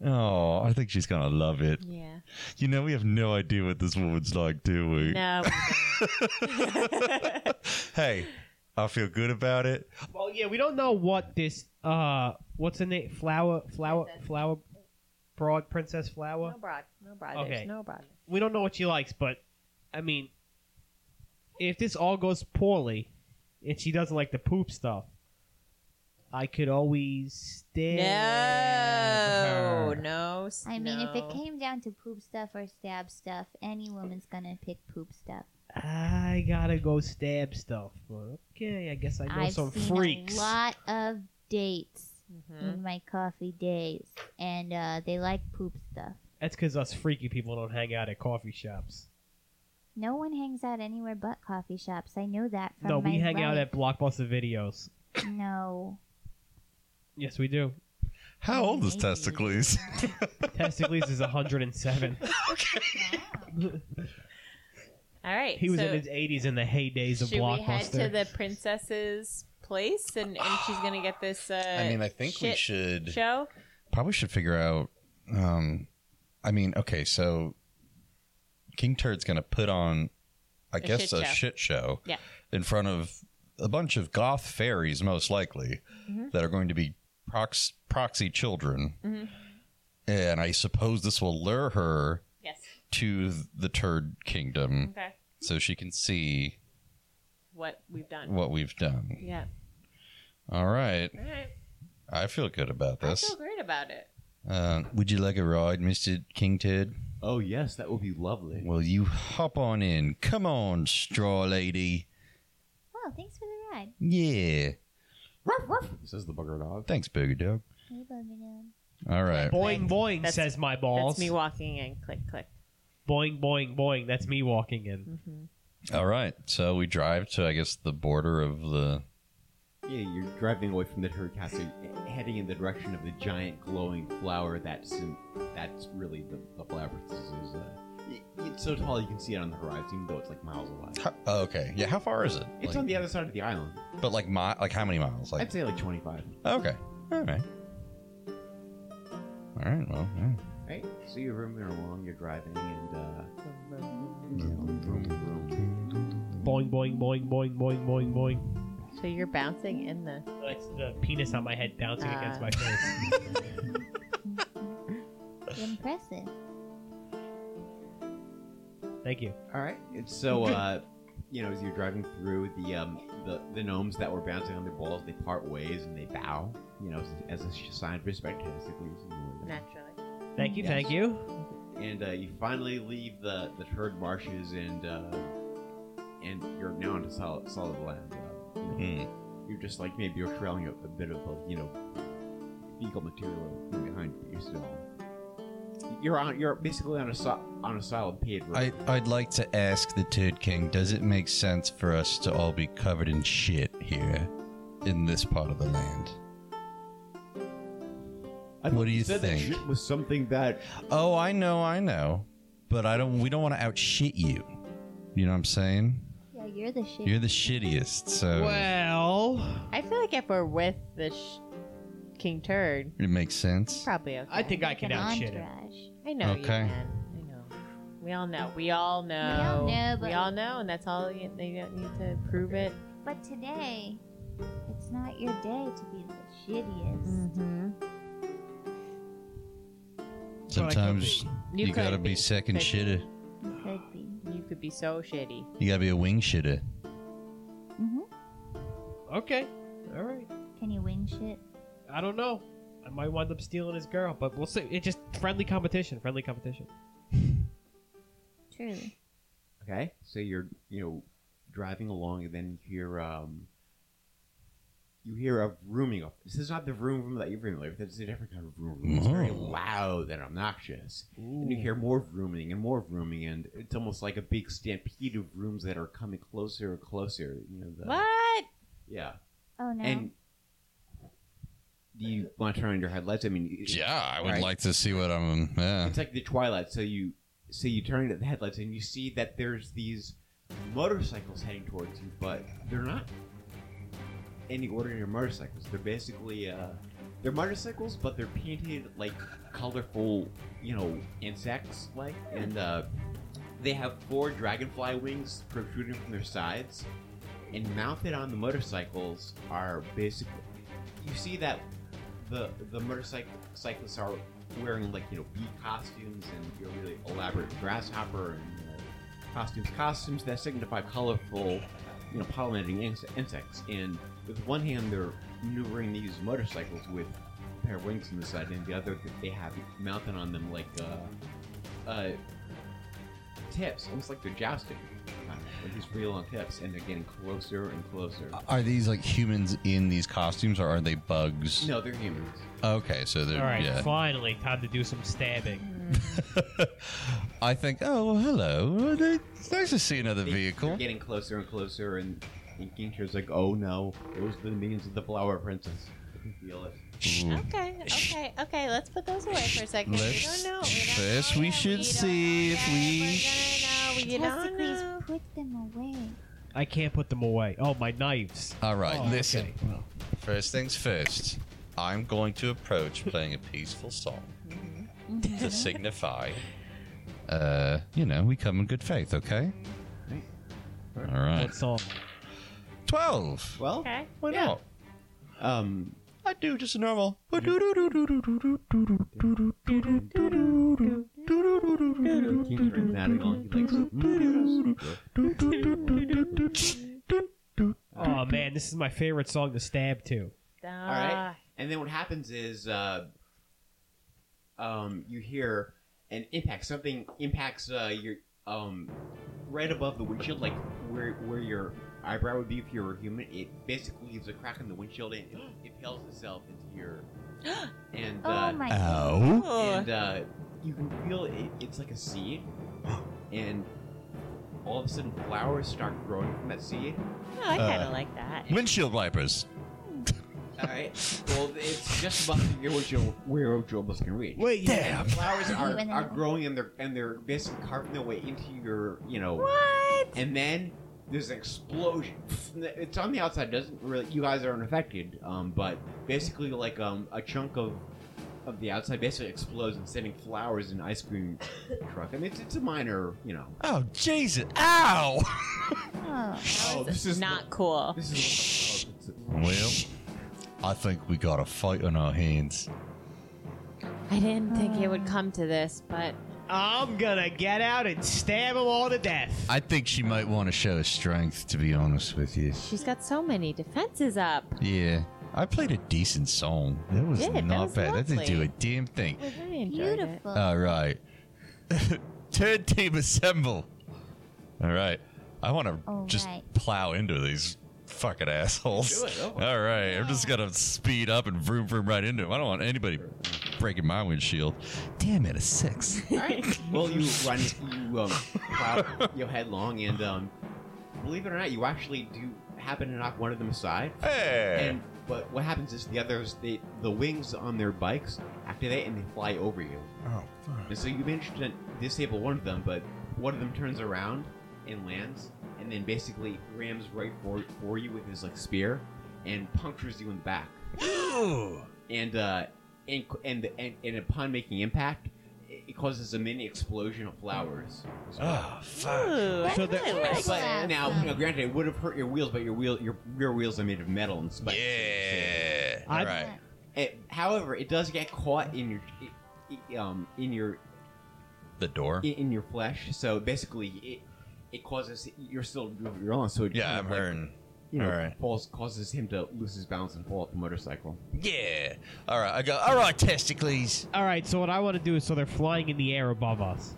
S2: Oh, I think she's gonna love it.
S1: Yeah.
S2: You know, we have no idea what this woman's like, do we?
S1: No.
S2: hey, I feel good about it.
S3: Well, yeah, we don't know what this uh, what's the name? Flower, flower,
S1: Princess.
S3: flower, broad princess
S1: no
S3: flower.
S1: broad. No broad.
S3: Okay.
S1: There's no broad.
S3: We don't know what she likes, but I mean, if this all goes poorly and she doesn't like the poop stuff, I could always stab
S1: No.
S3: her.
S1: No. s-
S4: I mean, if
S1: no.
S4: it came down to poop stuff or stab stuff, any woman's gonna pick poop stuff.
S3: I gotta go stab stuff. But okay, I guess I know
S4: I've
S3: some
S4: seen
S3: freaks.
S4: a lot of dates
S1: Mhm.
S4: in my coffee days, and uh, they like poop stuff.
S3: That's because us freaky people don't hang out at coffee shops.
S4: No one hangs out anywhere but coffee shops. I know that from
S3: no,
S4: my
S3: we hang out
S4: life.
S3: at Blockbuster videos.
S4: no.
S3: Yes, we do.
S2: How old is
S1: Mm-hmm.
S4: Maybe.
S2: testicles?
S3: Testicles is 107.
S1: All right.
S3: He was
S1: so
S3: in his 80s in the heydays of
S1: should we head to
S3: Blockbuster.
S1: the princess's place and, and she's gonna get this? Uh,
S2: I mean, I think we
S1: shit
S2: should
S1: show.
S2: probably should figure out. Um, I mean, okay, so King Turt's gonna put on, I guess,
S1: shit
S2: a
S1: show.
S2: shit show.
S1: Yeah.
S2: In front of a bunch of goth fairies, most likely,
S1: Mhm.
S2: that are going to be prox- proxy children.
S1: Mhm.
S2: And I suppose this will lure her
S1: Yes.
S2: to the Turd Kingdom.
S1: Okay.
S2: so she can see
S1: What we've done.
S2: what we've done.
S1: Yeah.
S2: All right,
S1: All right.
S2: I feel good about
S1: I
S2: this.
S1: feel great about it.
S2: Uh, would you like a ride, Mister King Ted?
S5: Oh yes, that would be lovely.
S2: Well, you hop on in. Come on, straw lady.
S4: Oh, thanks for the ride.
S2: Yeah,
S5: Ruff, ruff, says the bugger dog.
S2: thanks, Booger Dog.
S4: Hey, Bubba Dub.
S2: All right,
S3: boing boing
S1: That's-
S3: says my balls.
S1: That's me walking in. Click click.
S3: boing boing boing. That's me walking in.
S1: Mm-hmm.
S2: all right. So we drive to, I guess, the border of the.
S5: Yeah, you're driving away from the turd castle, heading in the direction of the giant glowing flower. That's in, that's really the, the flower princess is. Uh, i- it's so tall you can see it on the horizon, even though it's like miles away.
S2: How- oh, okay, yeah. How far is it?
S5: It's
S2: Like-
S5: on the other side of the island.
S2: but like my like how many miles? Like
S5: I'd say like 25.
S2: okay, all right, all right. Well, yeah.
S5: Right? So you're rooming along, you're driving, and uh, you know, vroom, vroom.
S3: Boing boing boing boing boing boing boing.
S1: So you're bouncing in the.
S3: It's the penis on my head bouncing
S1: Ah.
S3: against my face.
S4: Impressive.
S3: Thank you.
S5: All right. And so, uh, you know, as you're driving through, the um, the, the gnomes that were bouncing on their balls, they part ways and they bow, you know, as, as a sh- sign of respect to Hesicles.
S1: Naturally.
S3: Thank you.
S5: Yes.
S3: Thank you.
S5: And uh, you finally leave the, the turd marshes and uh, and you're now onto solid, solid land. Uh, you know,
S2: Mm.
S5: You're just like maybe you're trailing a, a bit of like, you know fecal material behind you still. You're on. You're basically on a so, on a solid paved road.
S2: I, I'd like to ask the Turd King, does it make sense for us to all be covered in shit here in this part of the land?
S5: I thought
S2: What do you
S5: said that
S2: think?
S5: shit was something that
S2: Oh, I know, I know. But I don't we don't want to outshit you. You know what I'm saying?
S4: Yeah, you're the shit.
S2: You're the shittiest, so
S3: Well,
S1: I feel like if we're with the sh- King Turd,
S2: it makes sense.
S1: probably okay.
S3: I think I can
S4: An
S3: outshit it.
S4: entourage.
S1: I know you
S2: Okay.
S1: can. I know. We all know. We all know.
S4: know, but-
S1: We all know, and that's all. You, they don't need to prove it.
S4: But today, it's not your day to be the shittiest.
S1: Mm-hmm.
S2: Sometimes
S1: You
S2: you,
S1: could
S2: gotta be,
S1: be.
S2: second
S1: Could-
S2: shitter.
S1: Mm.
S4: You could be.
S1: You could be so shitty.
S2: You gotta be a wing shitter.
S4: hmm
S3: Okay. All right.
S4: Can you wing shit?
S3: I don't know. I might wind up stealing his girl, but we'll see. It's just friendly competition. Friendly competition.
S4: Truly.
S5: Okay, so you're you know driving along, and then you hear um you hear a vrooming. Of, this is not the vroom vroom that you're familiar with. It's a different kind of vroom. vroom. It's very
S2: Oh.
S5: loud and obnoxious, and you hear more vrooming and more vrooming, and it's almost like a big stampede of rooms that are coming closer and closer. You know the
S1: What?
S5: yeah,
S4: Oh no.
S5: and do you want to turn on your headlights? I mean, it-
S2: Yeah, I would
S5: Right.
S2: like to see what I'm yeah.
S5: it's like the twilight so you so you turn into the headlights and you see that there's these motorcycles heading towards you but they're not any ordinary motorcycles. They're basically uh, they're motorcycles, but they're painted like colorful, you know, insects like, and uh, they have four dragonfly wings protruding from their sides. And mounted on the motorcycles are basically you see that the the motorcycle cyclists are wearing like you know bee costumes and you know, really elaborate grasshopper and uh, costumes costumes that signify colorful you know pollinating inse- insects and with one hand they're maneuvering these motorcycles with a pair of wings on the side and the other they have mounted on them like uh, uh, tips almost like they're jousting kind of, with these real long tips and they're getting closer and closer
S2: Are these like humans in these costumes or are they bugs?
S5: no they're humans
S2: Okay, so they're
S3: All right,
S2: yeah.
S3: finally, time to do some stabbing.
S2: I think. Oh, well, hello. It's nice to see another
S5: They-
S2: vehicle.
S5: They're getting closer and closer, and, and Ginter's like, "Oh no, it was the means of the flower princess." I can feel it.
S2: Ooh.
S1: Okay, okay, okay. Let's put those away for a 2nd
S2: Let's-
S1: we don't know. We don't
S2: first
S1: know
S2: we
S1: yet.
S2: should
S1: don't
S2: see
S1: know
S2: if
S1: yet. We're
S2: we-
S1: gonna know. We don't
S4: Jessica,
S1: know.
S4: please put them away.
S3: I can't put them away. Oh, my knives.
S2: All right,
S3: Oh,
S2: listen.
S3: okay.
S2: First things first. I'm going to approach playing a peaceful song to signify, uh, you know, we come in good faith. Okay.
S5: Right.
S2: All
S3: What
S2: right.
S3: song?
S2: Twelve.
S5: Well,
S1: Okay.
S2: Why
S5: yeah.
S2: not?
S5: um,
S2: I do just a normal.
S5: Ginter is nodding along. He likes. "Mm, yes."
S3: Oh man, this is my favorite song to stab to.
S1: All
S5: All right. And then what happens is, uh, um, you hear an impact. Something impacts uh, your um, right above the windshield, like where where your eyebrow would be if you were human. It basically leaves a crack in the windshield and it impales itself into your. And
S4: Oh
S5: uh,
S4: my
S2: Ow.
S5: and uh, you can feel it, it's like a seed, and all of a sudden flowers start growing from that seed.
S1: Oh, I kind of
S2: Uh,
S1: like that.
S2: Windshield wipers.
S5: All right, well, it's just above your windshield where Jobus can reach.
S3: Wait, you-
S2: Damn.
S5: Flowers are,
S4: When they-
S5: are growing and they're and they're basically carving their way into your you know.
S1: What?
S5: And then there's an explosion. It's on the outside. Doesn't really. You guys aren't affected. Um, but basically, like um, a chunk of of the outside basically explodes and sending flowers in an ice cream truck. I mean, it's, it's a minor, you know.
S2: Oh Jesus! Ow!
S4: Oh.
S5: Oh, this is
S1: not cool.
S5: This is. Oh, it's
S2: Well, I think we got a fight on our hands.
S1: I didn't think it would come to this, but
S3: I'm gonna get out and stab them all to death.
S2: I think she might want to show her strength, to be honest with you.
S1: she's got so many defenses up.
S2: Yeah, I played a decent song. That was
S1: Yeah, that
S2: not
S1: was
S2: bad. That didn't do
S1: lovely.
S2: a damn thing.
S1: I really enjoyed it.
S4: Beautiful.
S3: Uh,
S2: All right, turn team assemble. All right, I want to
S4: All
S2: just
S4: right.
S2: plow into these fucking assholes.
S5: Do it, go for it.
S2: All right, I'm just gonna speed up and vroom vroom right into them. I don't want anybody breaking my windshield. Damn it, a six.
S5: Alright. well, you run, you um, plow your headlong, and um, believe it or not, you actually do happen to knock one of them aside.
S2: hey.
S5: And but what happens is the others, they the wings on their bikes activate and they fly over you.
S2: oh fuck.
S5: And so you manage to disable one of them, but one of them turns around and lands, and then basically rams right for, for you with his like spear, and punctures you in the back. and uh, and and and, and upon making impact, it it causes a mini explosion of flowers. as well.
S2: Oh fuck.
S1: Ooh, I
S3: So
S1: really
S3: there-
S1: like
S5: But
S1: that.
S5: now, you know, granted, it would have hurt your wheels, but your wheel, your rear wheels are made of metal and spikes.
S2: Yeah.
S3: I-
S2: All right.
S5: It- Eh, however, it does get caught in your, i i um, in your,
S2: The door.
S5: i- in your flesh. So basically, it, it causes you're still you're on. So it
S2: Yeah,
S5: kind
S2: I'm
S5: of like,
S2: hearing.
S5: You know,
S2: Alright.
S5: falls causes him to lose his balance and fall off the motorcycle.
S2: Yeah. All right. I go. All right, testicles.
S3: All right, so what I want to do is so they're flying in the air above us.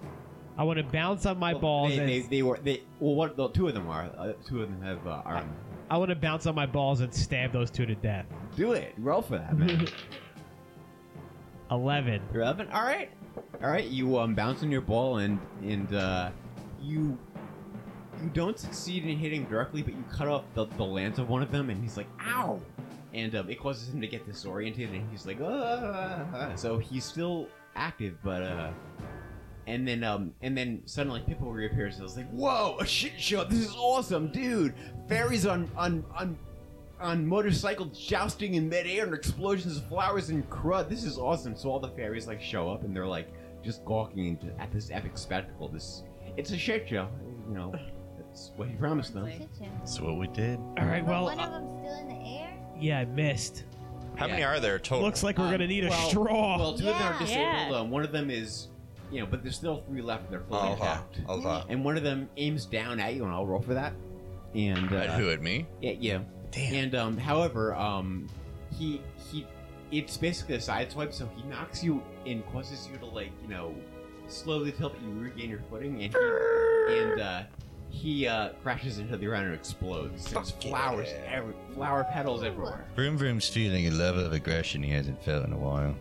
S3: I want to bounce on my balls.
S5: Oh, They,
S3: and
S5: they, they were they well, what the two of them are. Uh, two of them have uh, arm.
S3: I want to bounce on my balls and stab those two to death.
S5: Do it. Roll for that, man.
S3: Eleven.
S5: Eleven. All right, all right. You um bounce on your ball and and uh, you you don't succeed in hitting directly, but you cut off the, the lance of one of them, and he's like, "Ow!" And um, it causes him to get disoriented, and he's like, "Ah!" So he's still active, but uh. And then, um, and then suddenly Pippo reappears and is like, "Whoa, a shit show! This is awesome, dude! Fairies on on on on motorcycles jousting in midair and explosions of flowers and crud. This is awesome. So all the fairies like show up and they're like just gawking into, at this epic spectacle. This it's a shit show. You know, that's what he promised them.
S1: Like-
S2: That's what we did.
S3: All right, well,
S4: one
S3: uh,
S4: of them's still in the air.
S3: yeah, I missed.
S2: How
S5: Yeah.
S2: many are there total?
S3: Looks like we're
S5: Um,
S3: gonna need a
S5: well-
S3: straw.
S5: Well, two of them are
S4: Yeah.
S5: disabled.
S1: Yeah.
S5: Um, one of them is, you know, but there's still three left. and They're fully
S2: I'll, uh,
S5: attacked.
S2: I'll, uh,
S5: And one of them aims down at you, and I'll roll for that. And uh,
S2: at who? At me?
S5: Yeah, yeah.
S2: Damn.
S5: And um, however, um, he he, it's basically a side swipe, so he knocks you and causes you to like you know slowly tilt, but you regain your footing, and he, and uh, he uh, crashes into the ground and explodes. There's
S2: Fuck
S5: flowers
S2: yeah.
S5: every flower petals
S4: Ooh.
S5: everywhere.
S2: Vroom Vroom's feeling a level of aggression he hasn't felt in a while.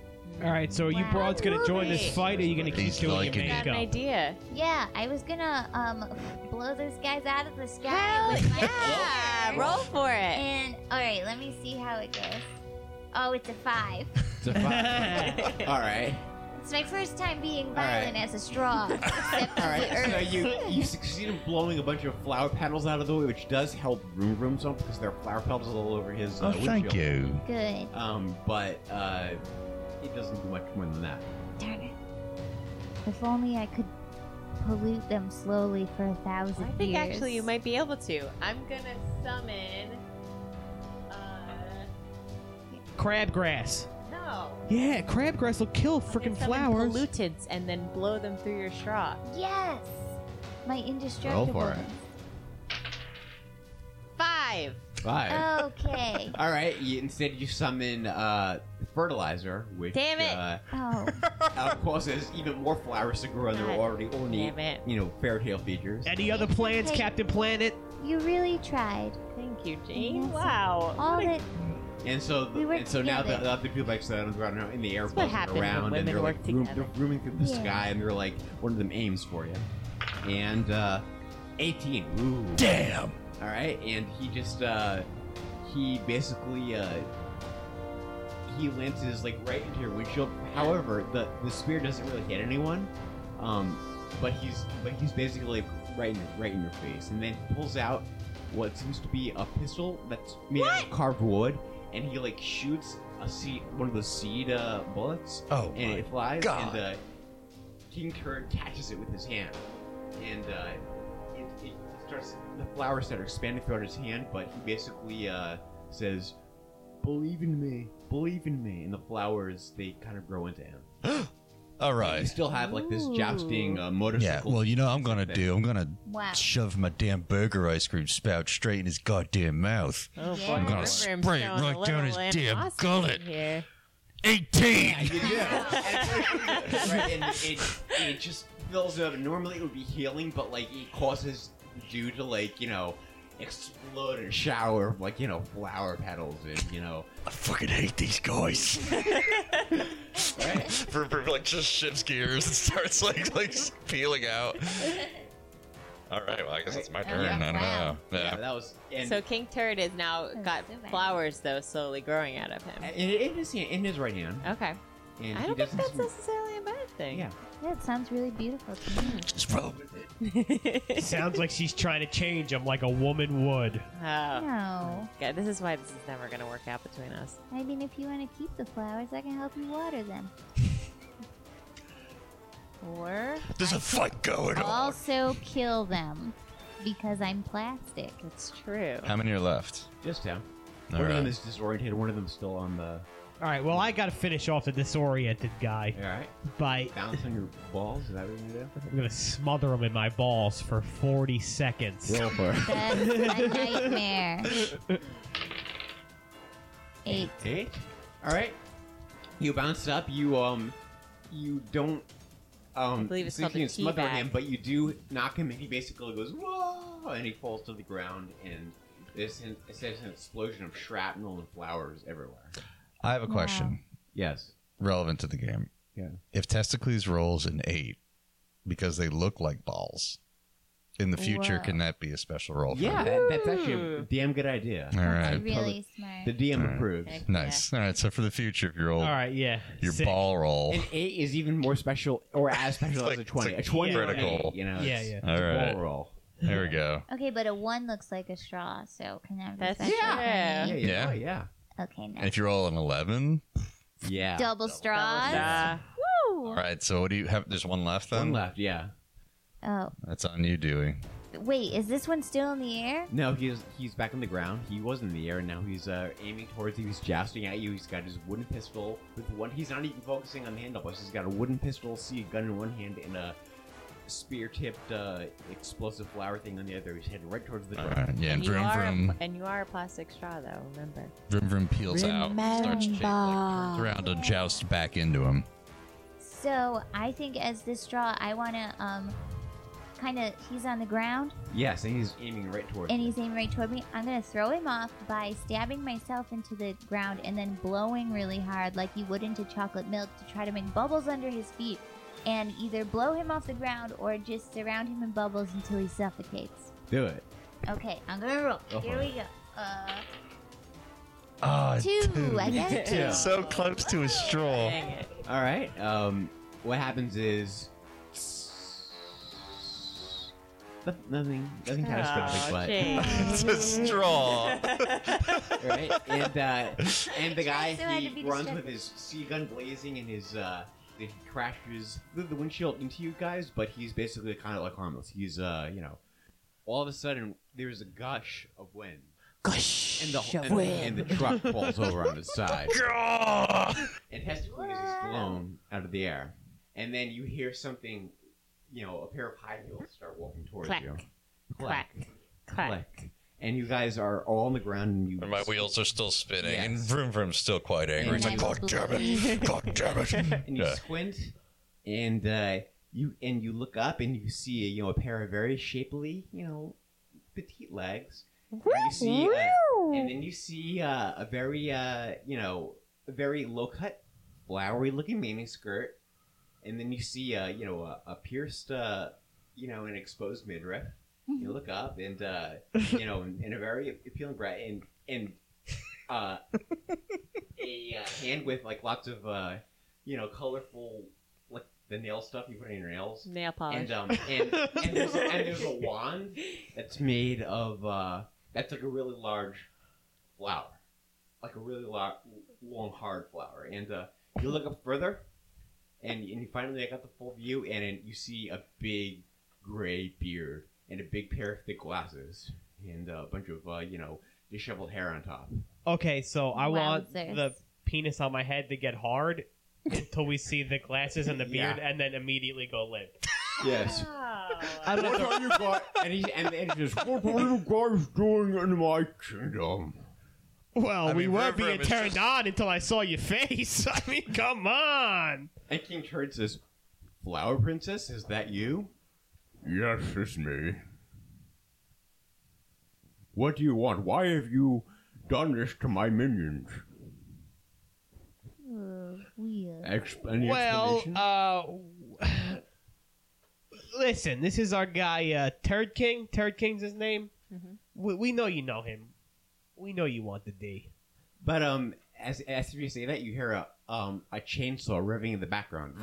S3: All right, so are you
S4: Wow.
S3: broads gonna join this
S1: Wait.
S3: fight, or are you gonna keep
S2: He's
S3: doing
S2: liking
S3: your
S2: it.
S1: Got an
S3: makeup?
S1: idea.
S4: Yeah, I was gonna um blow those guys out of the sky.
S1: Hell
S4: with my
S1: yeah!
S4: hair.
S1: Roll for it.
S4: And all right, let me see how it goes. Oh, it's a five.
S5: It's a five. All right,
S4: It's my first time being
S5: right.
S4: violent as a straw. Except
S5: all right.
S4: the earth.
S5: So you you succeed in blowing a bunch of flower petals out of the way, which does help Room Room some because there are flower petals all over his. Uh,
S2: Oh, thank
S5: windshield.
S2: you.
S4: Good.
S5: Um, but uh, it doesn't do much more than that.
S4: Darn it. If only I could pollute them slowly for a thousand
S1: I think
S4: years.
S1: actually you might be able to. I'm gonna summon. Uh,
S3: Crabgrass.
S1: no.
S3: Yeah, crabgrass will kill
S1: I'm gonna
S3: freaking
S1: summon
S3: flowers.
S1: Pollutants and then blow them through your straw.
S4: Yes. My indestructible.
S5: for it.
S1: Five.
S5: Five.
S1: Uh,
S4: Okay.
S5: All right. You, instead, you summon uh, fertilizer, which
S1: Damn it.
S5: Uh,
S4: oh.
S5: uh, causes even more flowers to grow. They're
S1: God
S5: already ornate,
S1: Damn it.
S5: you know, fairy tale features.
S3: Any other plans,
S4: Hey.
S3: Captain Planet?
S4: You really tried.
S1: Thank you, Jane.
S4: Yes.
S1: Wow.
S4: All
S1: What a-
S4: that
S5: And so, the,
S4: We work
S5: and so now the,
S4: together.
S5: the other people like so they're around in the air,
S1: That's what
S5: buzzing
S1: happens when
S5: around,
S1: women
S5: and they're
S1: work
S5: like room,
S1: together.
S5: they're rooming through the
S4: Yeah.
S5: sky, and they're like one of them aims for you, and uh, eighteen. Ooh.
S2: Damn.
S5: All right, and he just uh, he basically uh, he lances like right into your windshield. However, the the spear doesn't really hit anyone, um, but he's but he's basically like, right in your, right in your face, and then he pulls out what seems to be a pistol that's made out of carved wood, and he like shoots a seed one of those seed uh, bullets,
S2: Oh,
S5: and
S2: my.
S5: it flies,
S2: God.
S5: and uh, King Turd catches it with his hand, and uh, it, it starts. The flowers start expanding throughout his hand, but he basically uh, says, "Believe in me, believe in me," and the flowers they kind of grow into him.
S2: All
S5: You
S2: right.
S5: still have like this jousting uh,
S2: Yeah,
S5: motorcycle.
S2: well, you know, what I'm gonna do. I'm gonna
S4: wow.
S2: shove my damn burger ice cream spout straight in his goddamn mouth.
S1: Oh,
S4: Yeah.
S1: boy,
S4: I'm gonna
S1: Room's
S2: spray it
S1: showing a
S2: right
S1: little
S2: down his damn
S1: animosity
S2: gullet.
S1: Here.
S2: 18!
S5: Yeah, you do. And it's like- right, and it, it just fills up. Normally it would be healing, but like it causes you to like you know explode and shower of, like you know flower petals and you know
S2: I fucking hate these guys.
S5: right.
S2: Vroom, vroom, like just shifts gears and starts like like just peeling out. All right, well I guess it's my turn.
S5: Yeah.
S2: I don't
S4: Wow.
S2: know.
S5: Yeah,
S2: Yeah.
S5: that was and
S1: So King Turd has now
S4: That's
S1: got
S4: so bad.
S1: flowers, though, slowly growing out of
S5: in,
S1: him.
S5: in his hand, in his right hand.
S1: Okay.
S5: And
S1: Oh, I don't
S5: he
S1: think
S5: doesn't
S1: that's
S5: seem-
S1: necessarily a bad thing.
S5: Yeah.
S4: Yeah, it sounds really beautiful to me.
S2: Just roll with it.
S3: Sounds like she's trying to change him like a woman would.
S1: oh.
S4: No.
S1: Yeah, this is why this is never going to work out between us.
S4: I mean, if you want to keep the flowers, I can help you water them.
S1: Or
S2: There's a fight going on.
S4: Also, kill them because I'm plastic.
S1: it's true.
S2: How many are left?
S5: Just him.
S2: All
S5: One of them
S2: right.
S5: is disoriented. One of them's still on the.
S3: All right, well, I gotta finish off the disoriented guy
S5: All right,
S3: by
S5: balance on your balls. Is that what you do?
S3: I'm gonna smother him in my balls for 40 seconds.
S5: Roll for it.
S4: That's a nightmare. Eight.
S5: Eight. All right. You bounce it up. You um, you don't um.
S1: I believe it's
S5: so you
S1: called a
S5: can smother
S1: teabag.
S5: him, but you do knock him, and he basically goes whoa, and he falls to the ground, and there's an, it's an explosion of shrapnel and flowers everywhere.
S2: I have a
S4: Wow.
S2: question
S5: Yes.
S2: relevant to the game.
S5: Yeah.
S2: If Testicles rolls an eight because they look like balls, in the future,
S4: Whoa.
S2: can that be a special roll? for
S5: Yeah,
S2: me?
S5: that, that's actually a damn good idea.
S2: All
S4: That's
S2: right.
S4: really smart.
S5: The DM
S2: All right.
S5: approves.
S1: Heck
S2: Nice. All right. So for the future, if you roll
S3: All right, yeah.
S2: your
S3: Sick.
S2: ball roll,
S5: An eight is even more special, or as special
S2: It's
S5: as a
S2: like-
S5: twenty.
S2: it's like
S5: a twenty, or an
S2: critical.
S5: eight, you know.
S3: Yeah,
S5: it's-
S3: yeah.
S5: it's a
S2: All right.
S5: ball roll.
S2: There we go.
S4: Okay, but a one looks like a straw, so can that be
S1: That's
S4: special
S1: true.
S4: for
S5: Yeah,
S4: me?
S5: yeah,
S2: Yeah.
S5: yeah.
S4: Okay,
S2: And
S4: next.
S2: if you roll an eleven,
S5: Yeah.
S4: Double straws. Woo!
S2: all right. So what do you have? There's one left then.
S5: One left, yeah.
S4: Oh,
S2: That's on you, Dewey.
S4: wait, is this one still in the air?
S5: No, he's he's back on the ground. He was in the air, and now he's uh, aiming towards you. He's jousting at you. He's got his wooden pistol with one. He's not even focusing on the handlebars. He's got a wooden pistol, see a gun in one hand, and a spear-tipped uh, explosive flower thing on the other. He's heading right towards the
S2: All
S5: ground.
S2: right. Yeah. And
S1: you
S2: vroom
S1: are a
S2: vroom,
S1: pl- and you are a plastic straw, though. Remember.
S2: vroom vroom peels out, starts shaking, turns around to joust back into him.
S4: So I think as this straw, I want to um, kind of. He's on the ground
S5: Yes, and he's aiming right towards.
S4: and
S5: you.
S4: he's aiming right toward me. I'm gonna throw him off by stabbing myself into the ground and then blowing really hard, like you would into chocolate milk, to try to make bubbles under his feet, and either blow him off the ground or just surround him in bubbles until he suffocates.
S5: do it.
S4: Okay, I'm gonna roll.
S5: Go for
S4: Here
S5: it.
S4: we go. Uh,
S2: Oh,
S4: two. I
S2: dude.
S4: got a two.
S5: Yeah.
S2: So close to a straw.
S1: Dang it.
S5: All right. Um, what happens is Noth- nothing. Nothing
S1: Ah, Oh,
S5: catastrophic, but
S2: it's a straw.
S5: right? And uh, and the guy
S4: Try so hard to
S5: he
S4: be
S5: runs
S4: distracted.
S5: with his sea gun blazing and his uh, he crashes through the windshield into you guys, but he's basically kind of like harmless. He's uh, you know, all of a sudden there's a gush of wind. Gush and the and, and the truck falls over on its side. and Hesticles is blown out of the air, and then you hear something, you know, a pair of high heels start walking towards
S1: Clack.
S5: you.
S1: Clack. Clack.
S5: Click. And you guys are all on the ground and you
S2: And my wheels are still spinning, and
S5: Yes.
S2: vroom vroom's still quite angry. It's
S4: And
S2: like,
S4: I
S2: God
S4: was
S2: damn it! God damn it!
S5: and you
S2: Yeah.
S5: squint and uh, you and you look up and you see you know a pair of very shapely, you know, petite legs. And you see uh,
S1: Hmm.
S5: and then you see uh, a very uh, you know, a very low cut, flowery looking maiming skirt. And then you see uh, you know, a, a pierced uh, you know, an exposed midriff. You look up and uh, you know, and a very appealing breath and and uh, a uh, hand with like lots of uh, you know colorful like the nail stuff you put in your nails
S1: Nail polish.
S5: and um and, and, there's, and there's a wand that's made of uh, that's like a really large flower like a really lar- long hard flower and uh, you look up further and, and you finally make out the full view and, then you see a big gray beard and a big pair of thick glasses and uh, a bunch of uh, you know disheveled hair on top
S3: Okay, so I want
S4: Wowzers.
S3: the penis on my head to get hard until we see the glasses and the beard, and then immediately go limp.
S5: yes
S1: Oh.
S5: I what are you guys? And he and, and he just what are you guys doing in my kingdom?
S3: Well,
S2: I
S3: we
S2: mean,
S3: were
S2: Reverend
S3: being
S2: is
S3: turned
S2: just-
S3: on until I saw your face. I mean, come on.
S5: And King Turd says, "Flower Princess, is that you?
S6: Yes, it's me. What do you want? Why have you done this to my minions?
S4: Ooh, weird.
S5: Ex- any
S3: well,
S5: explanation?"
S3: uh, w- listen, this is our guy, uh, Turd King. Turd King's his name.
S1: Mhm.
S3: We, we know you know him. We know you want the D.
S5: but um, as as you say that, you hear a um a chainsaw revving in the background,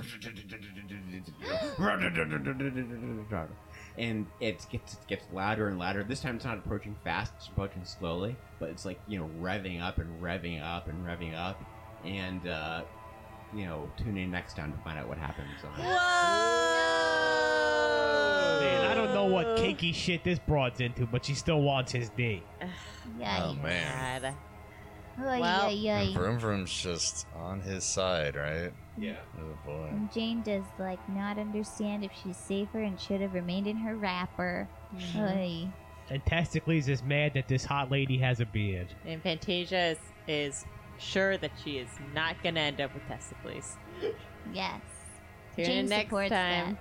S5: and it gets it gets louder and louder. This time, it's not approaching fast; it's approaching slowly. But it's like you know, revving up and revving up and revving up, and uh, you know, tune in next time to find out what happens. Um,
S3: Man, I don't know what kinky shit this broad's into, but she still wants his D.
S2: Oh
S4: Yay.
S1: Um,
S2: man!
S1: God.
S4: Oy,
S1: Well-
S4: oy, oy.
S2: Vroom vroom's just on his side, right?
S5: yeah.
S2: Oh boy.
S4: And Jane does like not understand if she's safer and should have remained in her wrapper.
S1: Mm-hmm.
S4: Oy.
S3: And Testicles is mad that this hot lady has a beard.
S1: And Fantasia is, is sure that she is not going to end up with testicles.
S4: Yes.
S1: Tune
S4: Jane
S1: in next
S4: supports
S1: time